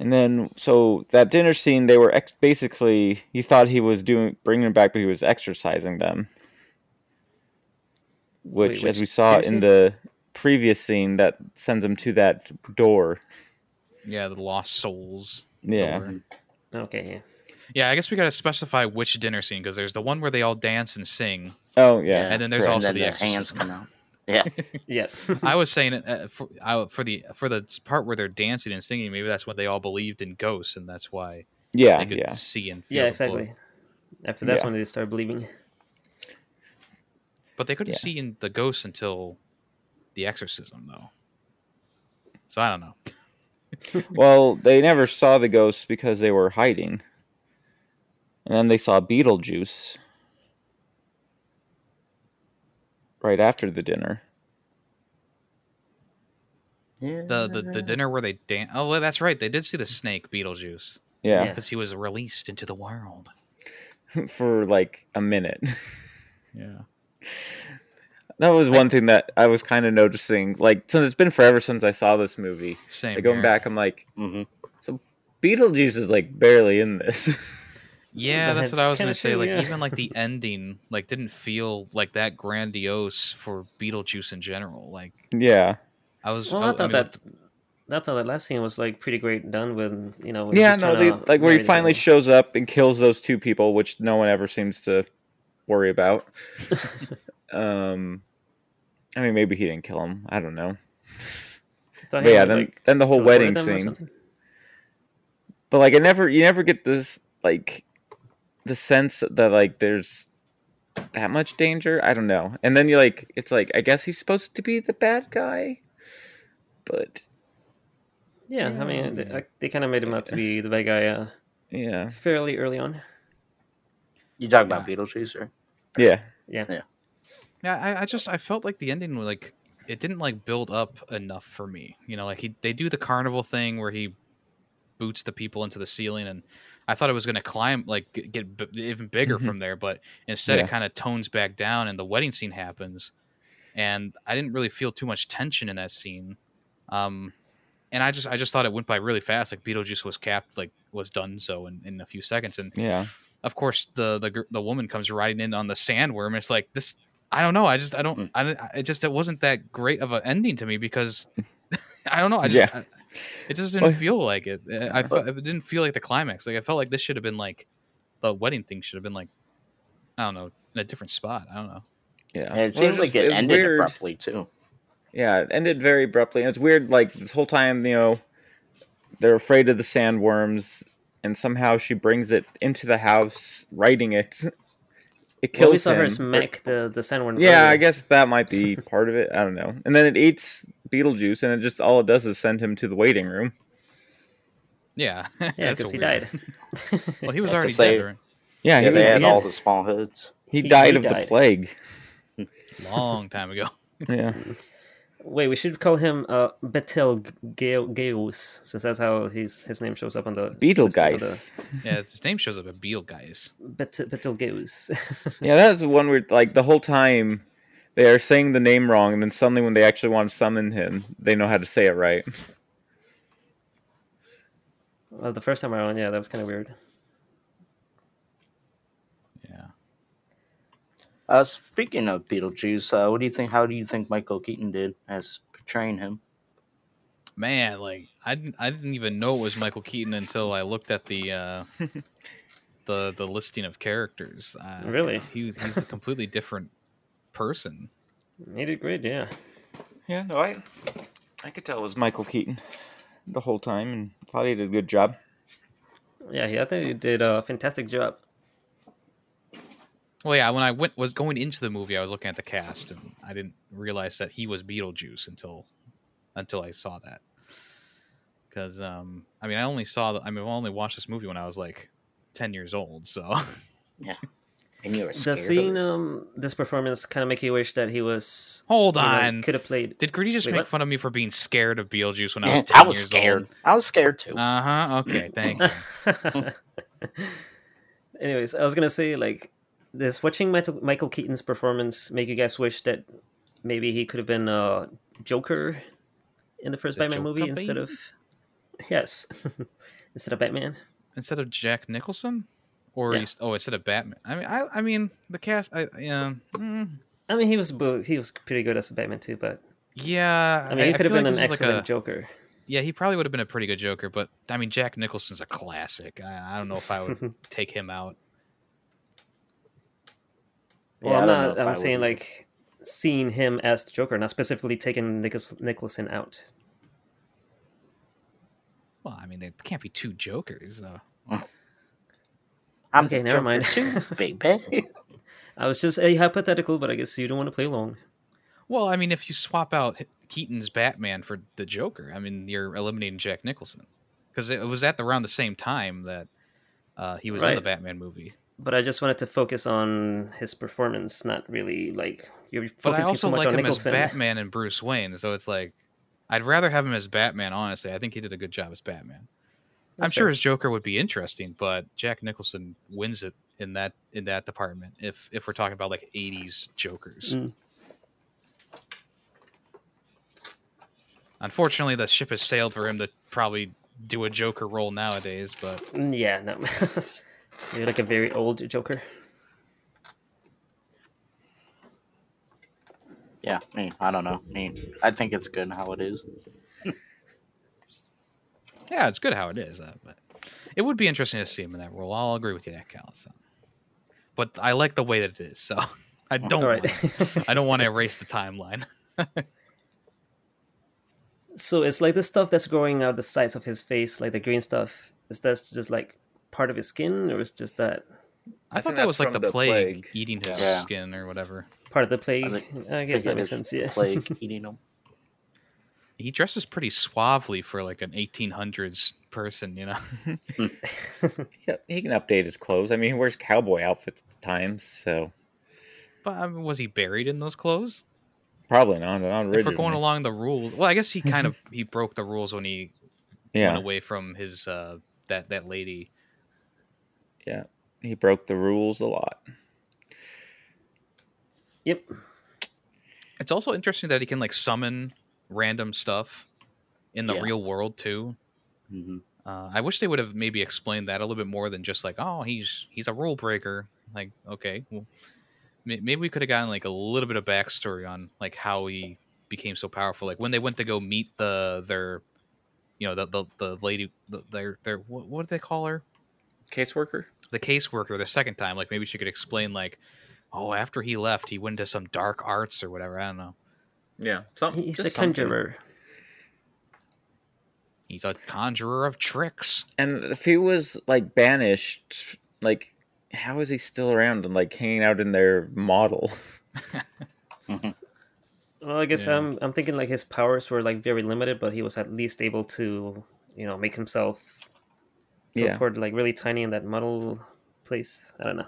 Speaker 3: And then, so that dinner scene, they were ex- basically he thought he was doing bringing them back, but he was exercising them, which,
Speaker 4: Wait,
Speaker 3: as we saw
Speaker 4: dinner
Speaker 3: in
Speaker 4: scene?
Speaker 3: the previous scene, that sends him to that door.
Speaker 1: yeah, the lost souls.
Speaker 3: Yeah.
Speaker 1: door.
Speaker 4: Okay,
Speaker 1: Yeah, I guess we got to specify which dinner scene because there's the one where they all dance and sing.
Speaker 3: Oh yeah.
Speaker 1: And then there's also the
Speaker 2: their hands
Speaker 1: exorcism.
Speaker 2: come out. Yeah.
Speaker 4: yeah.
Speaker 1: I was saying uh, for, I, for the for the part where they're dancing and singing, maybe that's when they all believed in ghosts, and that's why
Speaker 3: Yeah.
Speaker 1: they could
Speaker 3: Yeah.
Speaker 1: see and feel.
Speaker 4: yeah,
Speaker 1: the
Speaker 4: exactly.
Speaker 1: book.
Speaker 4: After that's
Speaker 3: Yeah.
Speaker 4: when they start believing.
Speaker 1: But they couldn't
Speaker 3: Yeah.
Speaker 1: see in the ghosts until the exorcism, though. So I don't know.
Speaker 3: well, they never saw the ghosts because they were hiding. And then they saw Beetlejuice right after the dinner.
Speaker 1: The the, the dinner where they dance. Oh, well, that's right. They did see the snake Beetlejuice
Speaker 3: Yeah,
Speaker 4: Yeah.
Speaker 1: because he was released into the world.
Speaker 3: for like a minute.
Speaker 1: Yeah.
Speaker 3: That was one thing that I was kind of noticing. Like, since it's been forever since I saw this movie,
Speaker 1: Same.
Speaker 3: like, going
Speaker 1: here.
Speaker 3: back, I'm like,
Speaker 2: hmm
Speaker 3: Beetlejuice is like barely in this.
Speaker 1: Yeah, that's what I
Speaker 4: That's
Speaker 1: was
Speaker 4: kinda
Speaker 1: gonna say.
Speaker 4: true,
Speaker 1: Like
Speaker 4: yeah.
Speaker 1: even like the ending, like didn't feel like that grandiose for Beetlejuice in general. Like
Speaker 3: yeah,
Speaker 1: I was.
Speaker 4: Well,
Speaker 1: I,
Speaker 4: I
Speaker 1: I mean,
Speaker 4: thought that I thought that last scene was like pretty great done when you know. When
Speaker 3: yeah,
Speaker 4: he's
Speaker 3: no,
Speaker 4: trying
Speaker 3: they,
Speaker 4: to
Speaker 3: like where
Speaker 4: marry
Speaker 3: he
Speaker 4: the
Speaker 3: finally
Speaker 4: girl.
Speaker 3: shows up and kills those two people, which no one ever seems to worry about. um, I mean, maybe he didn't kill him. I don't know. But
Speaker 4: Thought he
Speaker 3: yeah,
Speaker 4: would,
Speaker 3: then
Speaker 4: like,
Speaker 3: then the whole
Speaker 4: teleported
Speaker 3: wedding
Speaker 4: them or
Speaker 3: scene.
Speaker 4: something.
Speaker 3: But like, I never, you never get this like the sense that like there's that much danger. I don't know. And then you like, it's like I guess he's supposed to be the bad guy, but
Speaker 4: Yeah, I mean, they,
Speaker 3: Yeah.
Speaker 4: like, they kind of made him out to be the bad guy uh,
Speaker 3: yeah,
Speaker 4: fairly early on.
Speaker 2: You talk about Beetlejuice, right?
Speaker 3: yeah,
Speaker 4: Yeah,
Speaker 1: Yeah, I, I just I felt like the ending was like it didn't like build up enough for me. You know, like he they do the carnival thing where he boots the people into the ceiling, and I thought it was gonna climb like g- get b- even bigger
Speaker 3: Mhm.
Speaker 1: from there, but instead
Speaker 3: Yeah.
Speaker 1: it kind of tones back down, and the wedding scene happens, and I didn't really feel too much tension in that scene. Um, and I just I just thought it went by really fast. Like Beetlejuice was capped, like was done so in, in a few seconds, and
Speaker 3: yeah.
Speaker 1: of course the the gr- the woman comes riding in on the sandworm. And it's like this. I don't know. I just I
Speaker 2: Mm.
Speaker 3: Hmm.
Speaker 1: don't. I, don't- it just it wasn't that great of an ending to me because I don't know. I just
Speaker 3: Yeah.
Speaker 1: I- it just
Speaker 3: Well-
Speaker 1: didn't feel like it. I, I fe- it didn't feel like the climax. Like I felt like this should have been like the wedding thing should have been like I don't know in a different spot. I don't know.
Speaker 3: Yeah,
Speaker 2: And it
Speaker 3: Well,
Speaker 2: seems
Speaker 3: was
Speaker 2: like
Speaker 3: just-
Speaker 2: it
Speaker 3: was
Speaker 2: ended
Speaker 3: weird.
Speaker 2: abruptly too.
Speaker 3: Yeah, it ended very abruptly. And it's weird, like this whole time, you know, they're afraid of the sandworms, and somehow she brings it into the house, riding it. It
Speaker 4: well, we
Speaker 3: kills
Speaker 4: saw her
Speaker 3: him.
Speaker 4: smack the the sandworm.
Speaker 3: Yeah, I
Speaker 4: earlier.
Speaker 3: guess that might be part of it. I don't know. And then it eats Beetlejuice, and it just all it does is send him to the waiting room.
Speaker 1: Yeah.
Speaker 4: Yeah,
Speaker 1: That's a
Speaker 4: because he
Speaker 1: weird-
Speaker 4: died.
Speaker 1: Well, he was
Speaker 2: Like I
Speaker 1: already
Speaker 2: say-
Speaker 1: dead. Right?
Speaker 3: Yeah,
Speaker 2: Yeah,
Speaker 3: he,
Speaker 2: they had
Speaker 3: was,
Speaker 4: yeah.
Speaker 2: all the small hoods.
Speaker 3: he
Speaker 4: He-
Speaker 3: died
Speaker 4: he
Speaker 3: of the
Speaker 4: died.
Speaker 3: plague.
Speaker 1: Long time ago.
Speaker 3: Yeah,
Speaker 4: Wait, we should call him uh, Betelgeuse, since that's how his his name shows up on the listing of
Speaker 3: Beetlegeist.
Speaker 1: Yeah, his name shows up at Beale guys.
Speaker 4: the- Bet- Betelgeuse.
Speaker 3: Yeah, that was the one where like the whole time they are saying the name wrong, and then suddenly when they actually want to summon him, they know how to say it right.
Speaker 4: well, the first time around, yeah, that was kind of weird.
Speaker 1: Yeah.
Speaker 2: Uh, speaking of Beetlejuice, uh, what do you think? How do you think Michael Keaton did as portraying him?
Speaker 1: Man, like I didn't, I didn't even know it was Michael Keaton until I looked at the uh, the the listing of characters. Uh,
Speaker 4: Really?
Speaker 1: he, was- he's a completely different person.
Speaker 4: He did great, yeah.
Speaker 3: Yeah, no, I I could tell it was Michael Keaton the whole time, and thought he did a good job.
Speaker 4: Yeah, he, I think he did a fantastic job.
Speaker 1: Well, yeah. When I went was going into the movie, I was looking at the cast, and I didn't realize that he was Beetlejuice until until I saw that. Because um, I mean, I only saw the, I mean, I only watched this movie when I was like ten years old. So
Speaker 2: And you were
Speaker 4: Does
Speaker 2: scared. of
Speaker 4: seeing
Speaker 2: it.
Speaker 4: um, this performance kind of make you wish that he was
Speaker 1: hold
Speaker 4: you know,
Speaker 1: on.
Speaker 4: could have played?
Speaker 1: Did Gritty just
Speaker 4: Wait,
Speaker 1: make
Speaker 4: what?
Speaker 1: fun of me for being scared of Beetlejuice when I
Speaker 2: Yeah,
Speaker 1: was ten
Speaker 2: I was
Speaker 1: years
Speaker 2: scared.
Speaker 1: old?
Speaker 2: I was scared too.
Speaker 1: Uh huh. Okay. Thank you.
Speaker 4: Anyways, I was gonna say like, does watching Michael, Michael Keaton's performance make you guys wish that maybe he could have been uh, Joker in the first
Speaker 1: The
Speaker 4: Batman movie
Speaker 1: Joker,
Speaker 4: instead
Speaker 1: baby?
Speaker 4: of yes, instead of Batman?
Speaker 1: instead of Jack Nicholson, or
Speaker 4: Yeah.
Speaker 1: you s- oh, instead of Batman. I mean, I, I mean the cast. I yeah, mm,
Speaker 4: I mean, he was bo- he was pretty good as Batman too, but
Speaker 1: yeah.
Speaker 4: I mean, he could have
Speaker 1: feel like
Speaker 4: been an
Speaker 1: this is like
Speaker 4: excellent
Speaker 1: a-
Speaker 4: Joker.
Speaker 1: yeah, he probably would have been a pretty good Joker, but I mean, Jack Nicholson's a classic. I, I don't know if I would take him out.
Speaker 4: Well,
Speaker 2: Yeah, I
Speaker 4: I'm
Speaker 2: don't know
Speaker 4: not.
Speaker 2: if I
Speaker 4: I'm
Speaker 2: would
Speaker 4: saying
Speaker 2: either.
Speaker 4: like seeing him as the Joker, not specifically taking Nicholas Nicholson out.
Speaker 1: Well, I mean, there can't be two Jokers though.
Speaker 2: I'm
Speaker 4: okay,
Speaker 2: the
Speaker 4: never mind.
Speaker 2: Joker too, baby.
Speaker 4: I was just a hypothetical, but I guess you don't want to play long.
Speaker 1: Well, I mean, if you swap out H- Keaton's Batman for the Joker. I mean, you're eliminating Jack Nicholson because it was at the, around the same time that uh, he was in the
Speaker 4: Right.
Speaker 1: Batman movie.
Speaker 4: But I just wanted to focus on his performance, not really like you're
Speaker 1: But I
Speaker 4: focusing
Speaker 1: also
Speaker 4: so much
Speaker 1: like
Speaker 4: on
Speaker 1: him
Speaker 4: Nicholson.
Speaker 1: as Batman and Bruce Wayne, so it's like I'd rather have him as Batman. Honestly, I think he did a good job as Batman. I'm
Speaker 4: That's
Speaker 1: sure
Speaker 4: fair.
Speaker 1: his Joker would be interesting, but Jack Nicholson wins it in that in that department. If if we're talking about like 80s Jokers,
Speaker 4: Mm.
Speaker 1: unfortunately, the ship has sailed for him to probably do a Joker role nowadays. But
Speaker 4: Mm, Yeah, no. You're like a very old Joker.
Speaker 2: Yeah, I, mean, I don't know. I mean, I think it's good how it is.
Speaker 1: yeah, it's good how it is. Uh, but it would be interesting to see him in that role. I'll agree with you, that Callison. But I like the way that it is, so I don't.
Speaker 4: All right.
Speaker 1: wanna- I don't want to erase the timeline.
Speaker 4: so it's like the stuff that's growing out the sides of his face, like the green stuff. Is that just like part of his skin, or is just that
Speaker 1: I,
Speaker 3: I
Speaker 1: thought
Speaker 3: think
Speaker 1: that was
Speaker 3: that's
Speaker 1: like
Speaker 3: from
Speaker 1: the,
Speaker 3: the
Speaker 1: plague,
Speaker 3: plague.
Speaker 1: eating his
Speaker 2: Yeah.
Speaker 1: skin or whatever.
Speaker 4: part of the plague?
Speaker 2: I
Speaker 4: I,
Speaker 2: think-
Speaker 4: guess that
Speaker 2: Think it
Speaker 4: makes
Speaker 2: is
Speaker 4: sense. Yeah.
Speaker 2: Plague eating them.
Speaker 1: He dresses pretty suavely for like an 1800s person, you know.
Speaker 3: Yeah, he can update his clothes. I mean, he wears cowboy outfits at the time, so
Speaker 1: But I mean, was he buried in those clothes?
Speaker 3: probably not. not
Speaker 1: If we're going
Speaker 3: originally.
Speaker 1: along the rules, well, I guess he kind of he broke the rules when he went
Speaker 3: yeah,
Speaker 1: away from his uh that that lady.
Speaker 3: he broke the rules a lot.
Speaker 4: yep.
Speaker 1: It's also interesting that he can like summon random stuff in the
Speaker 2: Yeah.
Speaker 1: real world too.
Speaker 2: hmm
Speaker 1: Uh, I wish they would have maybe explained that a little bit more than just like, oh, he's he's a rule breaker. Like, okay, well, may- maybe we could have gotten like a little bit of backstory on like how he became so powerful. Like when they went to go meet the their, you know, the the, the lady, the, their their what, what did they call her?
Speaker 3: Caseworker.
Speaker 1: The caseworker. The second time, like maybe she could explain like, oh, after he left, he went into some dark arts or whatever. I don't know.
Speaker 3: Yeah,
Speaker 1: Oh,
Speaker 3: something.
Speaker 4: He's a conjurer.
Speaker 1: He's a conjurer of tricks.
Speaker 3: And if he was like banished, like how is he still around and like hanging out in their model?
Speaker 4: Well, I guess
Speaker 1: Yeah.
Speaker 4: I'm I'm thinking like his powers were like very limited, but he was at least able to you know make himself
Speaker 3: Yeah,
Speaker 4: teleport like really tiny in that model place. I don't know.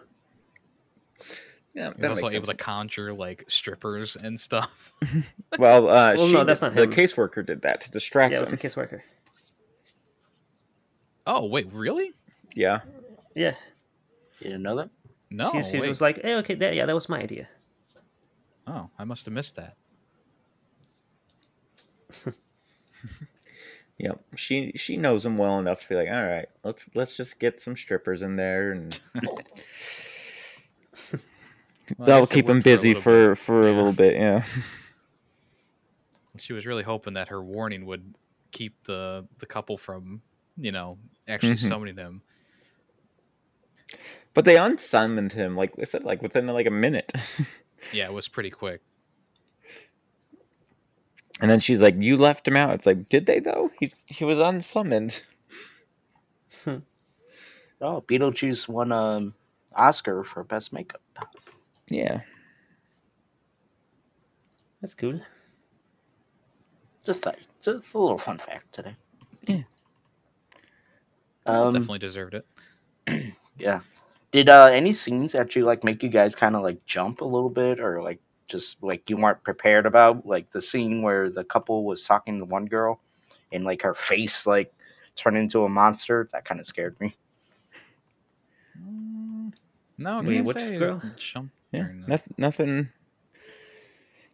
Speaker 3: yeah,
Speaker 1: He was
Speaker 3: that
Speaker 1: also
Speaker 3: makes
Speaker 1: able
Speaker 3: sense.
Speaker 1: to conjure like strippers and stuff.
Speaker 3: Well, uh,
Speaker 4: Well,
Speaker 3: she,
Speaker 4: no, that's not
Speaker 3: the
Speaker 4: him.
Speaker 3: caseworker did that to distract
Speaker 4: Yeah, it was a
Speaker 3: him.
Speaker 4: caseworker.
Speaker 1: oh wait, really?
Speaker 3: Yeah,
Speaker 4: Yeah,
Speaker 2: You didn't know that?
Speaker 1: No,
Speaker 4: she, she
Speaker 1: wait.
Speaker 4: was like, hey, okay, that, yeah, that was my idea.
Speaker 1: oh, I must have missed that.
Speaker 3: yeah. She she knows him well enough to be like, all right, let's let's just get some strippers in there, and
Speaker 1: Well, I
Speaker 3: that'll
Speaker 1: guess it
Speaker 3: keep him
Speaker 1: worked a
Speaker 3: busy
Speaker 1: little
Speaker 3: for for a
Speaker 1: Yeah.
Speaker 3: little bit. Yeah.
Speaker 1: bit. She was really hoping that her warning would keep the the couple from, you know, actually
Speaker 3: Mhm.
Speaker 1: summoning him.
Speaker 3: But they unsummoned him, like I said, like within like a minute.
Speaker 1: Yeah, it was pretty quick.
Speaker 3: and then she's like, "You left him out." It's like, did they though? He he was unsummoned.
Speaker 2: Oh, Beetlejuice won um Oscar for best makeup.
Speaker 3: Yeah,
Speaker 4: That's cool.
Speaker 2: Just that, just a little fun fact today.
Speaker 3: Yeah.
Speaker 2: Um,
Speaker 1: Definitely deserved it.
Speaker 2: Yeah. Did uh, any scenes actually like make you guys kind of like jump a little bit, or like just like you weren't prepared about, like the scene where the couple was talking to one girl, and like her face like turned into a monster? That kind of scared me.
Speaker 1: Mm, No, I
Speaker 4: Wait,
Speaker 1: can't
Speaker 4: which
Speaker 1: say
Speaker 4: girl?
Speaker 1: jump
Speaker 3: yeah.
Speaker 1: during the-
Speaker 3: Nothing, nothing,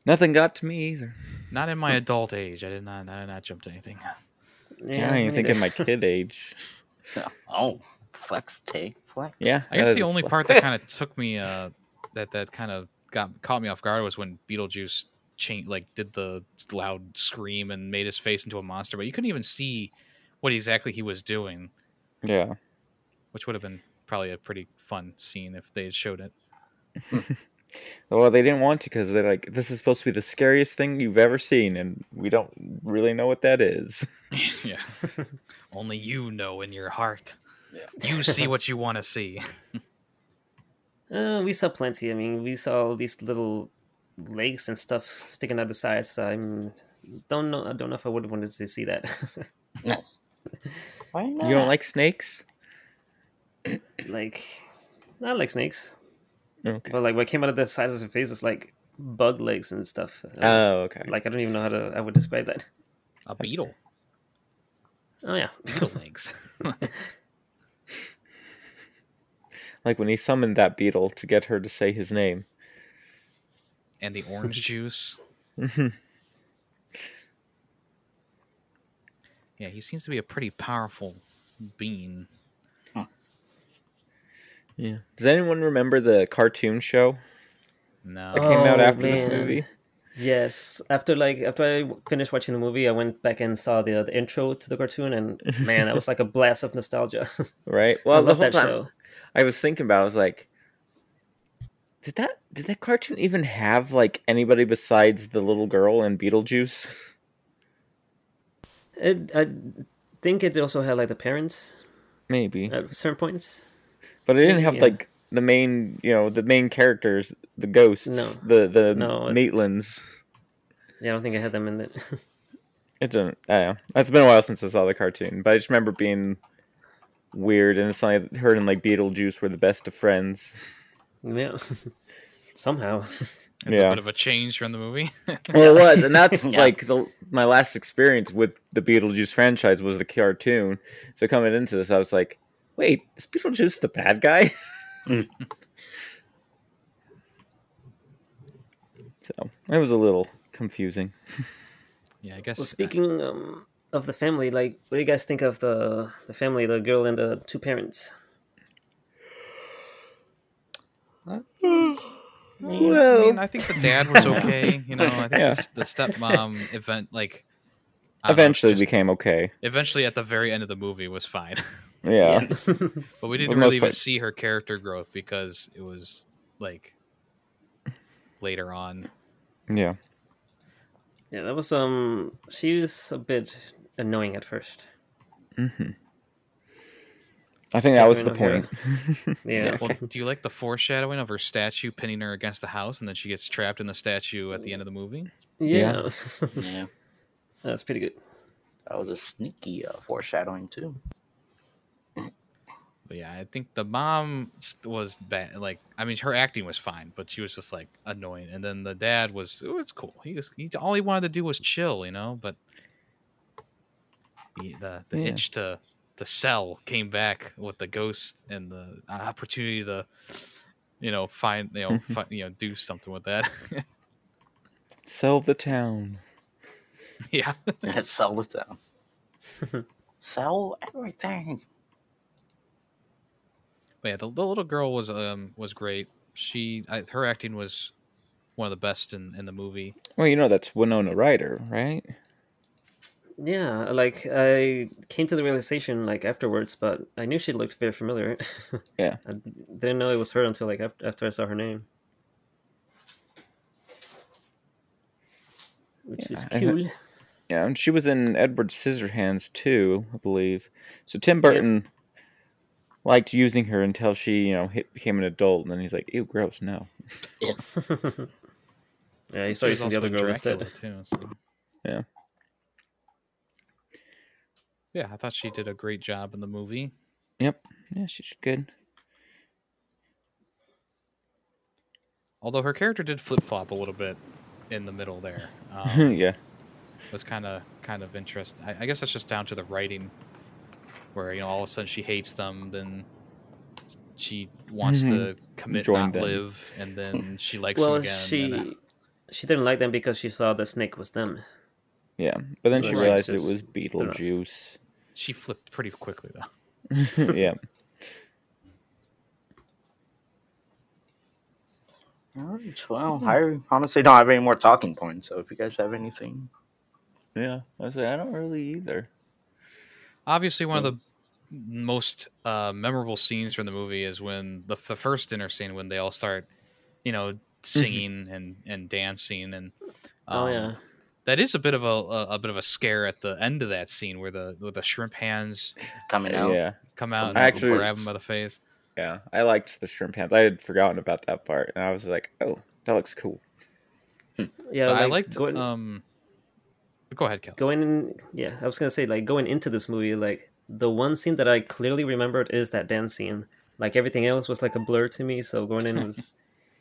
Speaker 3: nothing got to me either.
Speaker 1: Not in my adult age. I did not. I did not jump to anything.
Speaker 3: I don't even think in my
Speaker 4: neither.
Speaker 3: kid age.
Speaker 2: Oh, flex, take flex.
Speaker 3: Yeah,
Speaker 1: I guess
Speaker 3: that
Speaker 1: the
Speaker 3: is
Speaker 1: only
Speaker 3: fl-
Speaker 1: part that kind of took me, uh, that that kind of got caught me off guard was when Beetlejuice changed, like, did the loud scream and made his face into a monster, but you couldn't even see what exactly he was doing,
Speaker 3: Yeah,
Speaker 1: which would have been probably a pretty fun scene if they had showed it.
Speaker 3: well, they didn't want to because they're like, this is supposed to be the scariest thing you've ever seen, and we don't really know what that is.
Speaker 1: yeah, only you know in your heart. You see what you want to see.
Speaker 4: Uh, we saw plenty. I mean, we saw all these little legs and stuff sticking out the sides. So I'm don't know. I don't know if I would have wanted to see that.
Speaker 2: Why not?
Speaker 3: You don't like snakes?
Speaker 4: like, I like snakes,
Speaker 3: Okay.
Speaker 4: but like what came out of the sides of her face is like bug legs and stuff.
Speaker 3: Oh, okay.
Speaker 4: Like I don't even know how to. I would describe that.
Speaker 1: A beetle.
Speaker 4: Oh yeah,
Speaker 1: Beetle legs.
Speaker 3: Like when he summoned that beetle to get her to say his name.
Speaker 1: And the orange juice. Yeah, he seems to be a pretty powerful being.
Speaker 3: yeah. Does anyone remember the cartoon show that
Speaker 1: No.
Speaker 4: Oh,
Speaker 3: came out after this
Speaker 4: man.
Speaker 3: movie?
Speaker 4: Yes, after like after I w- finished watching the movie, I went back and saw the, uh, the intro to the cartoon, and man, that was like a blast of nostalgia.
Speaker 3: Right.
Speaker 4: I
Speaker 3: Well, the
Speaker 4: love
Speaker 3: whole
Speaker 4: that
Speaker 3: time
Speaker 4: show.
Speaker 3: I was thinking about, it, I was like, did that did that cartoon even have like anybody besides the little girl and Beetlejuice?
Speaker 4: It, I think it also had like the parents
Speaker 3: Maybe,
Speaker 4: at certain points.
Speaker 3: but it didn't have
Speaker 4: yeah.
Speaker 3: like the main, you know, the main characters, the ghosts,
Speaker 4: No.
Speaker 3: the the
Speaker 4: No, it-
Speaker 3: Maitlands.
Speaker 4: Yeah, I don't think I had them in it.
Speaker 3: It didn't. I don't know. It's been a while since I saw the cartoon, but I just remember being weird, and it's like her and like Beetlejuice were the best of friends.
Speaker 4: yeah, somehow.
Speaker 1: It's a
Speaker 3: yeah.
Speaker 1: bit of a change from the movie.
Speaker 3: Well, it was, and that's
Speaker 2: Yeah.
Speaker 3: like the my last experience with the Beetlejuice franchise was the cartoon. So coming into this, I was like, "Wait, is Beetlejuice the bad guy?"
Speaker 2: Mm.
Speaker 3: so that was a little confusing.
Speaker 1: yeah, I guess.
Speaker 4: Well, speaking um, of the family, like, what do you guys think of the the family, the girl and the two parents?
Speaker 1: I
Speaker 3: Well,
Speaker 1: mean, I think the dad was okay. You know, I think
Speaker 3: Oh. Yeah.
Speaker 1: the, the stepmom event, like, I don't know,
Speaker 3: eventually
Speaker 1: just-
Speaker 3: became okay.
Speaker 1: eventually at the very end of the movie was fine,
Speaker 3: Yeah,
Speaker 1: but we
Speaker 3: For
Speaker 1: didn't
Speaker 3: the most
Speaker 1: really even
Speaker 3: part.
Speaker 1: see her character growth because it was like later on.
Speaker 3: yeah.
Speaker 4: yeah, that was um, she was a bit annoying at first.
Speaker 3: hmm I think that was the
Speaker 4: Definitely not
Speaker 3: point.
Speaker 4: here. Yeah,
Speaker 1: Well, do you like the foreshadowing of her statue pinning her against the house, and then she gets trapped in the statue at the end of the movie?
Speaker 4: yeah,
Speaker 2: Yeah,
Speaker 4: that's pretty good.
Speaker 2: that was a sneaky uh, foreshadowing too.
Speaker 1: But yeah, I think the mom s- was bad. Like, I mean, her acting was fine, but she was just like annoying. And then the dad was, it was cool. He was he, all he wanted to do was chill, you know. But the the, the
Speaker 3: Yeah.
Speaker 1: itch to the sell came back with the ghost and the opportunity to, you know, find you know fi- you know do something with that.
Speaker 3: Sell the town.
Speaker 1: yeah,
Speaker 2: Sell it down. Sell everything.
Speaker 1: But yeah, the, the little girl was um was great. She I, her acting was one of the best in in the movie.
Speaker 3: Well, you know that's Winona Ryder, right?
Speaker 4: Yeah, like I came to the realization like afterwards, but I knew she looked very familiar.
Speaker 3: Yeah.
Speaker 4: I didn't know it was her until like af- after I saw her name. Which
Speaker 3: Yeah,
Speaker 4: is
Speaker 3: I heard-
Speaker 4: cool.
Speaker 3: Yeah, and she was in Edward Scissorhands too, I believe. So Tim Burton liked using her until she, you know, hit, became an adult, and then he's like, "Ew, gross, no."
Speaker 4: yeah, you saw
Speaker 1: She
Speaker 4: using
Speaker 1: was
Speaker 4: the
Speaker 1: also
Speaker 4: other
Speaker 1: in
Speaker 4: girl
Speaker 1: Dracula,
Speaker 4: instead.
Speaker 1: too, so.
Speaker 3: Yeah.
Speaker 1: Yeah, I thought she did a great job in the movie.
Speaker 3: Yeah, she's good.
Speaker 1: Although her character did flip flop a little bit in the middle there. Um,
Speaker 3: yeah,
Speaker 1: it was kind of kind of interesting. I, I guess that's just down to the writing, where you know all of a sudden she hates them, then she wants to commit,
Speaker 3: Join
Speaker 1: not
Speaker 3: them.
Speaker 1: live, and then she likes
Speaker 4: Well,
Speaker 1: them again. and- uh,
Speaker 4: she she didn't like them because she saw the snake was them.
Speaker 3: yeah. But then
Speaker 4: So
Speaker 3: she
Speaker 4: it's
Speaker 3: realized it
Speaker 4: just
Speaker 3: was Beetlejuice.
Speaker 1: she flipped pretty quickly though.
Speaker 3: yeah,
Speaker 2: All right. Well,
Speaker 3: Mm-hmm.
Speaker 2: I honestly don't have any more talking points. So if you guys have anything,
Speaker 3: yeah. I say I don't really either.
Speaker 1: Obviously, one of the most uh, memorable scenes from the movie is when the, the first dinner scene when they all start, you know,
Speaker 3: Mm-hmm.
Speaker 1: singing and, and dancing, and
Speaker 4: oh
Speaker 1: um,
Speaker 4: yeah,
Speaker 1: that is a bit of a, a a bit of a scare at the end of that scene where the where the shrimp hands
Speaker 2: coming out.
Speaker 3: Uh, Yeah,
Speaker 1: come out and
Speaker 3: I actually-
Speaker 1: grab him by the face.
Speaker 3: yeah. I liked the shrimp hands. I had forgotten about that part, and I was like, "Oh, that looks cool."
Speaker 4: yeah.
Speaker 1: But I liked
Speaker 4: going-
Speaker 1: um, Go ahead, Kel.
Speaker 4: going in yeah i was gonna say like going into this movie like the one scene that i clearly remembered is that dance scene like everything else was like a blur to me so going in was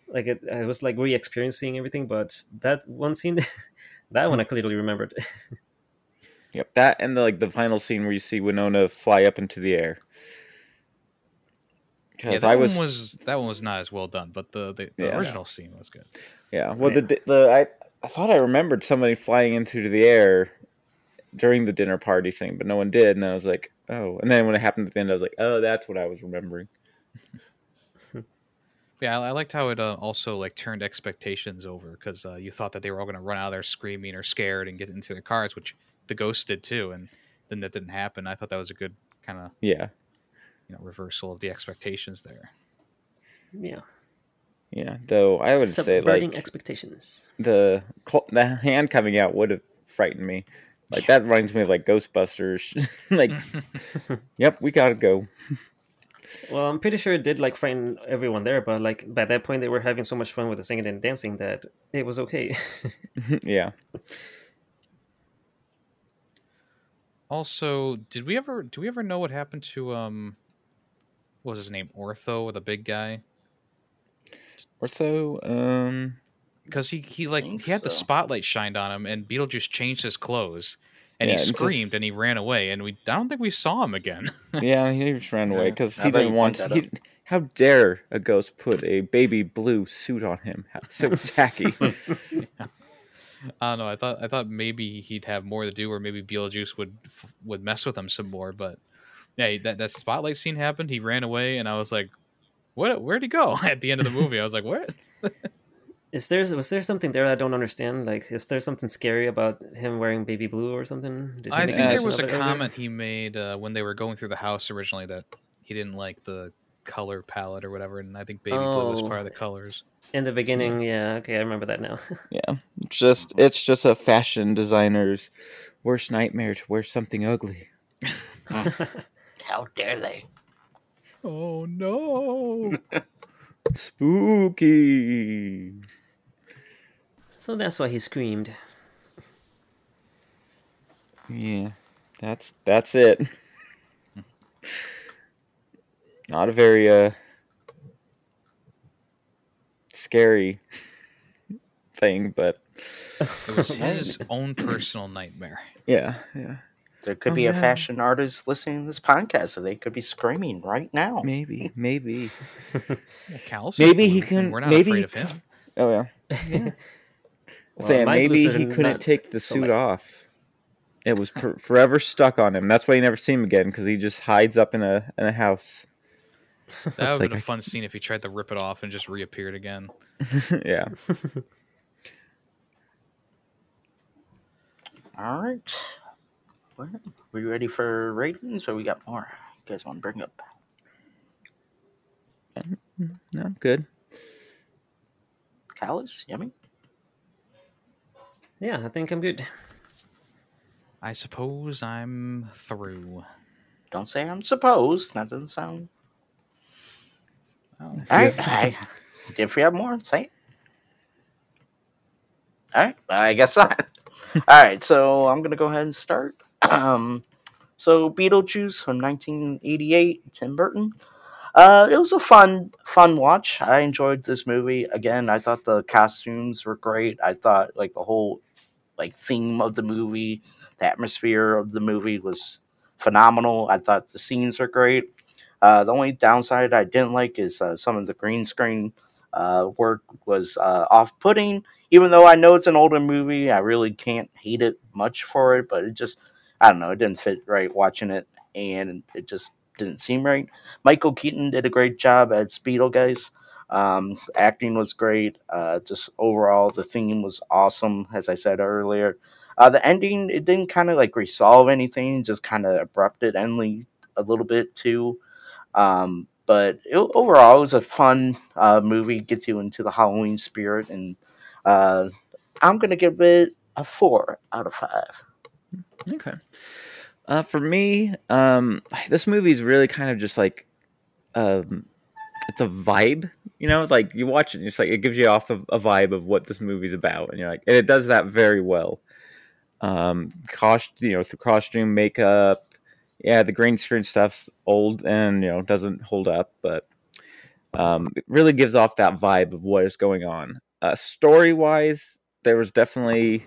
Speaker 4: like it, i was like re-experiencing everything but that one scene that one i clearly remembered
Speaker 3: Yep, that and the like the final scene where you see Winona fly up into the air.
Speaker 1: Yeah,
Speaker 3: Because
Speaker 1: that
Speaker 3: I was,
Speaker 1: one was that one was not as well done, but the the, the
Speaker 3: Yeah.
Speaker 1: original scene was good.
Speaker 3: yeah. Well,
Speaker 4: Yeah.
Speaker 3: the the I I thought I remembered somebody flying into the air during the dinner party thing, but no one did, and I was like, oh. And then when it happened at the end, I was like, oh, that's what I was remembering.
Speaker 1: Yeah, I, I liked how it uh, also like turned expectations over because uh, you thought that they were all going to run out of there screaming or scared and get into their cars, which the ghost did too, and then that didn't happen. I thought that was a good kind of
Speaker 3: Yeah,
Speaker 1: you know reversal of the expectations there.
Speaker 4: yeah
Speaker 3: yeah. Though I would say
Speaker 4: subverting
Speaker 3: like
Speaker 4: expectations
Speaker 3: the cl- the hand coming out would have frightened me. Like that reminds me of like Ghostbusters. like,
Speaker 2: Mm.
Speaker 3: yep, we gotta go.
Speaker 4: well i'm pretty sure it did like frighten everyone there but like by that point they were having so much fun with the singing and dancing that it was okay
Speaker 3: yeah.
Speaker 1: Also, did we ever do we ever know what happened to um what was his name Ortho, the big guy?
Speaker 3: Ortho. Um.
Speaker 1: Because he he like
Speaker 2: think
Speaker 1: he had the
Speaker 2: so.
Speaker 1: spotlight shined on him, and Beetlejuice changed his clothes. And
Speaker 3: Yeah,
Speaker 1: he
Speaker 3: and just-
Speaker 1: screamed and he ran away, and we I don't think we saw him again.
Speaker 3: yeah, he just ran away
Speaker 1: Yeah.
Speaker 3: because
Speaker 2: Now
Speaker 3: he
Speaker 2: that
Speaker 3: didn't
Speaker 2: you
Speaker 3: want.
Speaker 2: point that
Speaker 3: He, how dare a ghost put a baby blue suit on him? How- So tacky.
Speaker 1: I don't know. I thought I thought maybe he'd have more to do, or maybe Beetlejuice would f- would mess with him some more. But yeah, that that spotlight scene happened. He ran away, and I was like, "What? Where'd he go?" At the end of the movie, I was like, "What?"
Speaker 4: Is there was there something there I don't understand? Like, is there something scary about him wearing baby blue or something? Did he
Speaker 1: I
Speaker 4: make
Speaker 1: think
Speaker 4: a
Speaker 1: there
Speaker 4: mention
Speaker 1: was
Speaker 4: of
Speaker 1: a
Speaker 4: it earlier?
Speaker 1: comment he made uh, when they were going through the house originally that he didn't like the color palette or whatever, and I think baby blue was
Speaker 4: Oh.
Speaker 1: part of the colors.
Speaker 4: in the beginning.
Speaker 1: Mm.
Speaker 4: Yeah, okay, I remember that now.
Speaker 3: yeah, just it's just a fashion designer's worst nightmare to wear something ugly.
Speaker 2: How dare they?
Speaker 1: Oh no!
Speaker 3: Spooky.
Speaker 4: so that's why he screamed.
Speaker 3: Yeah, that's that's it. Not a very uh scary thing, but
Speaker 1: it was his own personal nightmare.
Speaker 3: yeah, yeah,
Speaker 2: There could
Speaker 3: Oh,
Speaker 2: be a
Speaker 3: no.
Speaker 2: fashion artist listening to this podcast, so they could be screaming right now.
Speaker 3: maybe, maybe.
Speaker 1: Well, Cal's
Speaker 3: Maybe
Speaker 1: blue,
Speaker 3: he
Speaker 1: and
Speaker 3: can-
Speaker 1: We're not afraid
Speaker 3: maybe he
Speaker 1: of him.
Speaker 3: Oh yeah.
Speaker 4: Well,
Speaker 3: Saying
Speaker 4: my
Speaker 3: maybe
Speaker 4: blues are
Speaker 3: he couldn't
Speaker 4: nuts,
Speaker 3: take the
Speaker 4: so,
Speaker 3: suit
Speaker 4: like-
Speaker 3: off. It was per- forever stuck on him. That's why you never see him again because he just hides up in a in a house.
Speaker 1: That would have
Speaker 3: like
Speaker 1: been
Speaker 3: I
Speaker 1: a fun scene if he tried to rip it off and just reappeared again.
Speaker 3: yeah.
Speaker 2: All right. Well, we ready for ratings? So we got more. You guys want to bring up?
Speaker 3: No, good.
Speaker 2: Callus, yummy.
Speaker 4: Yeah, I think I'm good.
Speaker 1: I suppose I'm through.
Speaker 2: Don't say I'm supposed. That doesn't sound.
Speaker 1: Oh.
Speaker 2: All right. I, if we have more, say it. All right. I guess not. All right. So I'm gonna go ahead and start. Um, so Beetlejuice from 1988, Tim Burton. Uh, it was a fun, fun watch. I enjoyed this movie. Again, I thought the costumes were great. I thought like the whole like theme of the movie, the atmosphere of the movie was phenomenal. I thought the scenes were great. Uh, the only downside I didn't like is uh, some of the green screen uh, work was uh, off-putting. Even though I know it's an older movie, I really can't hate it much for it. But it just, I don't know, it didn't fit right watching it, and it just didn't seem right. Michael Keaton did a great job as Beetlejuice. Um, acting was great. Uh, just overall, the theme was awesome, as I said earlier. Uh, the ending, it didn't kind of like resolve anything, just kind of abrupted endly a little bit too. Um, but it, overall, it was a fun uh, movie. Gets you into the Halloween spirit, and uh, I'm gonna give it a four out of five.
Speaker 3: Okay. Uh, for me, um, this movie is really kind of just like, um, it's a vibe. You know, like you watch it, and it's like it gives you off of a vibe of what this movie's about, and you're like, and it does that very well. um, cost you know through costume makeup. Yeah, the green screen stuff's old and you know doesn't hold up, but um, it really gives off that vibe of what is going on. Uh, story wise, there was definitely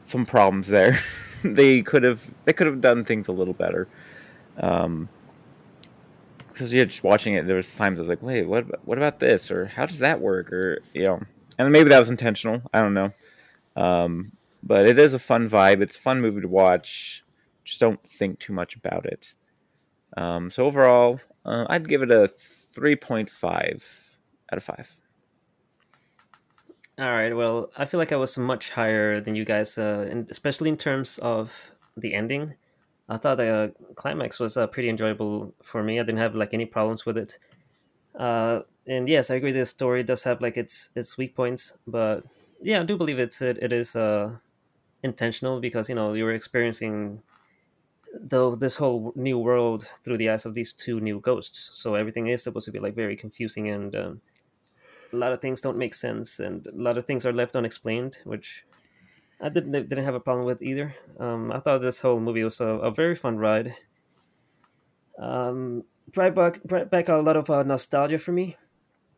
Speaker 3: some problems there. they could have they could have done things a little better. Um, because you're just watching it, there was times I was like, wait, what? ab- What about this? Or how does that work? Or you know, and maybe that was intentional. I don't know. Um, but it is a fun vibe. It's a fun movie to watch. Just don't think too much about it. Um, so overall, uh, I'd give it a three point five out of five.
Speaker 4: All right. Well, I feel like I was much higher than you guys, uh, in, especially in terms of the ending. I thought the climax was uh, pretty enjoyable for me. I didn't have like any problems with it. Uh, and yes, I agree. The story does have like its its weak points, but yeah, I do believe it's it, it is uh, intentional because you know you were experiencing though this whole new world through the eyes of these two new ghosts. So everything is supposed to be like very confusing and. Um, a lot of things don't make sense and a lot of things are left unexplained which i didn't didn't have a problem with either um, i thought this whole movie was a, a very fun ride um, brought back brought back a lot of uh, nostalgia for me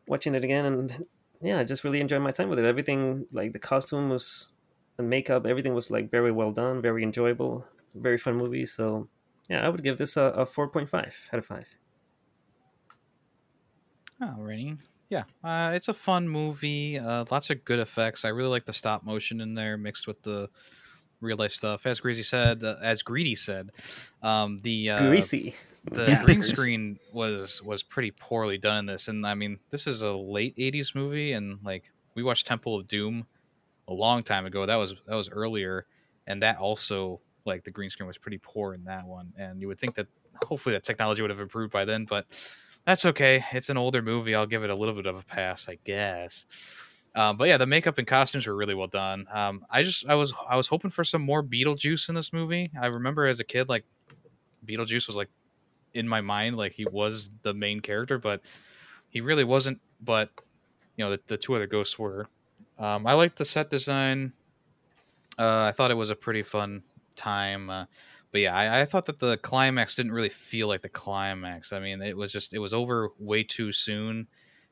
Speaker 4: watching it again and yeah i just really enjoyed my time with it everything like the costume was the makeup everything was like very well done very enjoyable very fun movie so yeah i would give this a, a 4.5 out of 5
Speaker 1: Alrighty. Yeah, uh, it's a fun movie. Uh, lots of good effects. I really like the stop motion in there mixed with the real life stuff. As Greasy said, uh, as Greedy said, um, the uh,
Speaker 4: greasy
Speaker 1: the
Speaker 2: Yeah.
Speaker 1: green
Speaker 2: Grease.
Speaker 1: screen was was pretty poorly done in this. And I mean, this is a late '80s movie, and like we watched Temple of Doom a long time ago. That was that was earlier, and that also like the green screen was pretty poor in that one. And you would think that hopefully that technology would have improved by then, but that's okay. It's an older movie. I'll give it a little bit of a pass, I guess. Um, but yeah, the makeup and costumes were really well done. Um, I just I was I was hoping for some more Beetlejuice in this movie. I remember as a kid, like Beetlejuice was like in my mind, like he was the main character, but he really wasn't. But you know, the, the two other ghosts were. Um, I liked the set design. Uh, I thought it was a pretty fun time. Uh, but yeah, I, I thought that the climax didn't really feel like the climax. I mean, it was just it was over way too soon,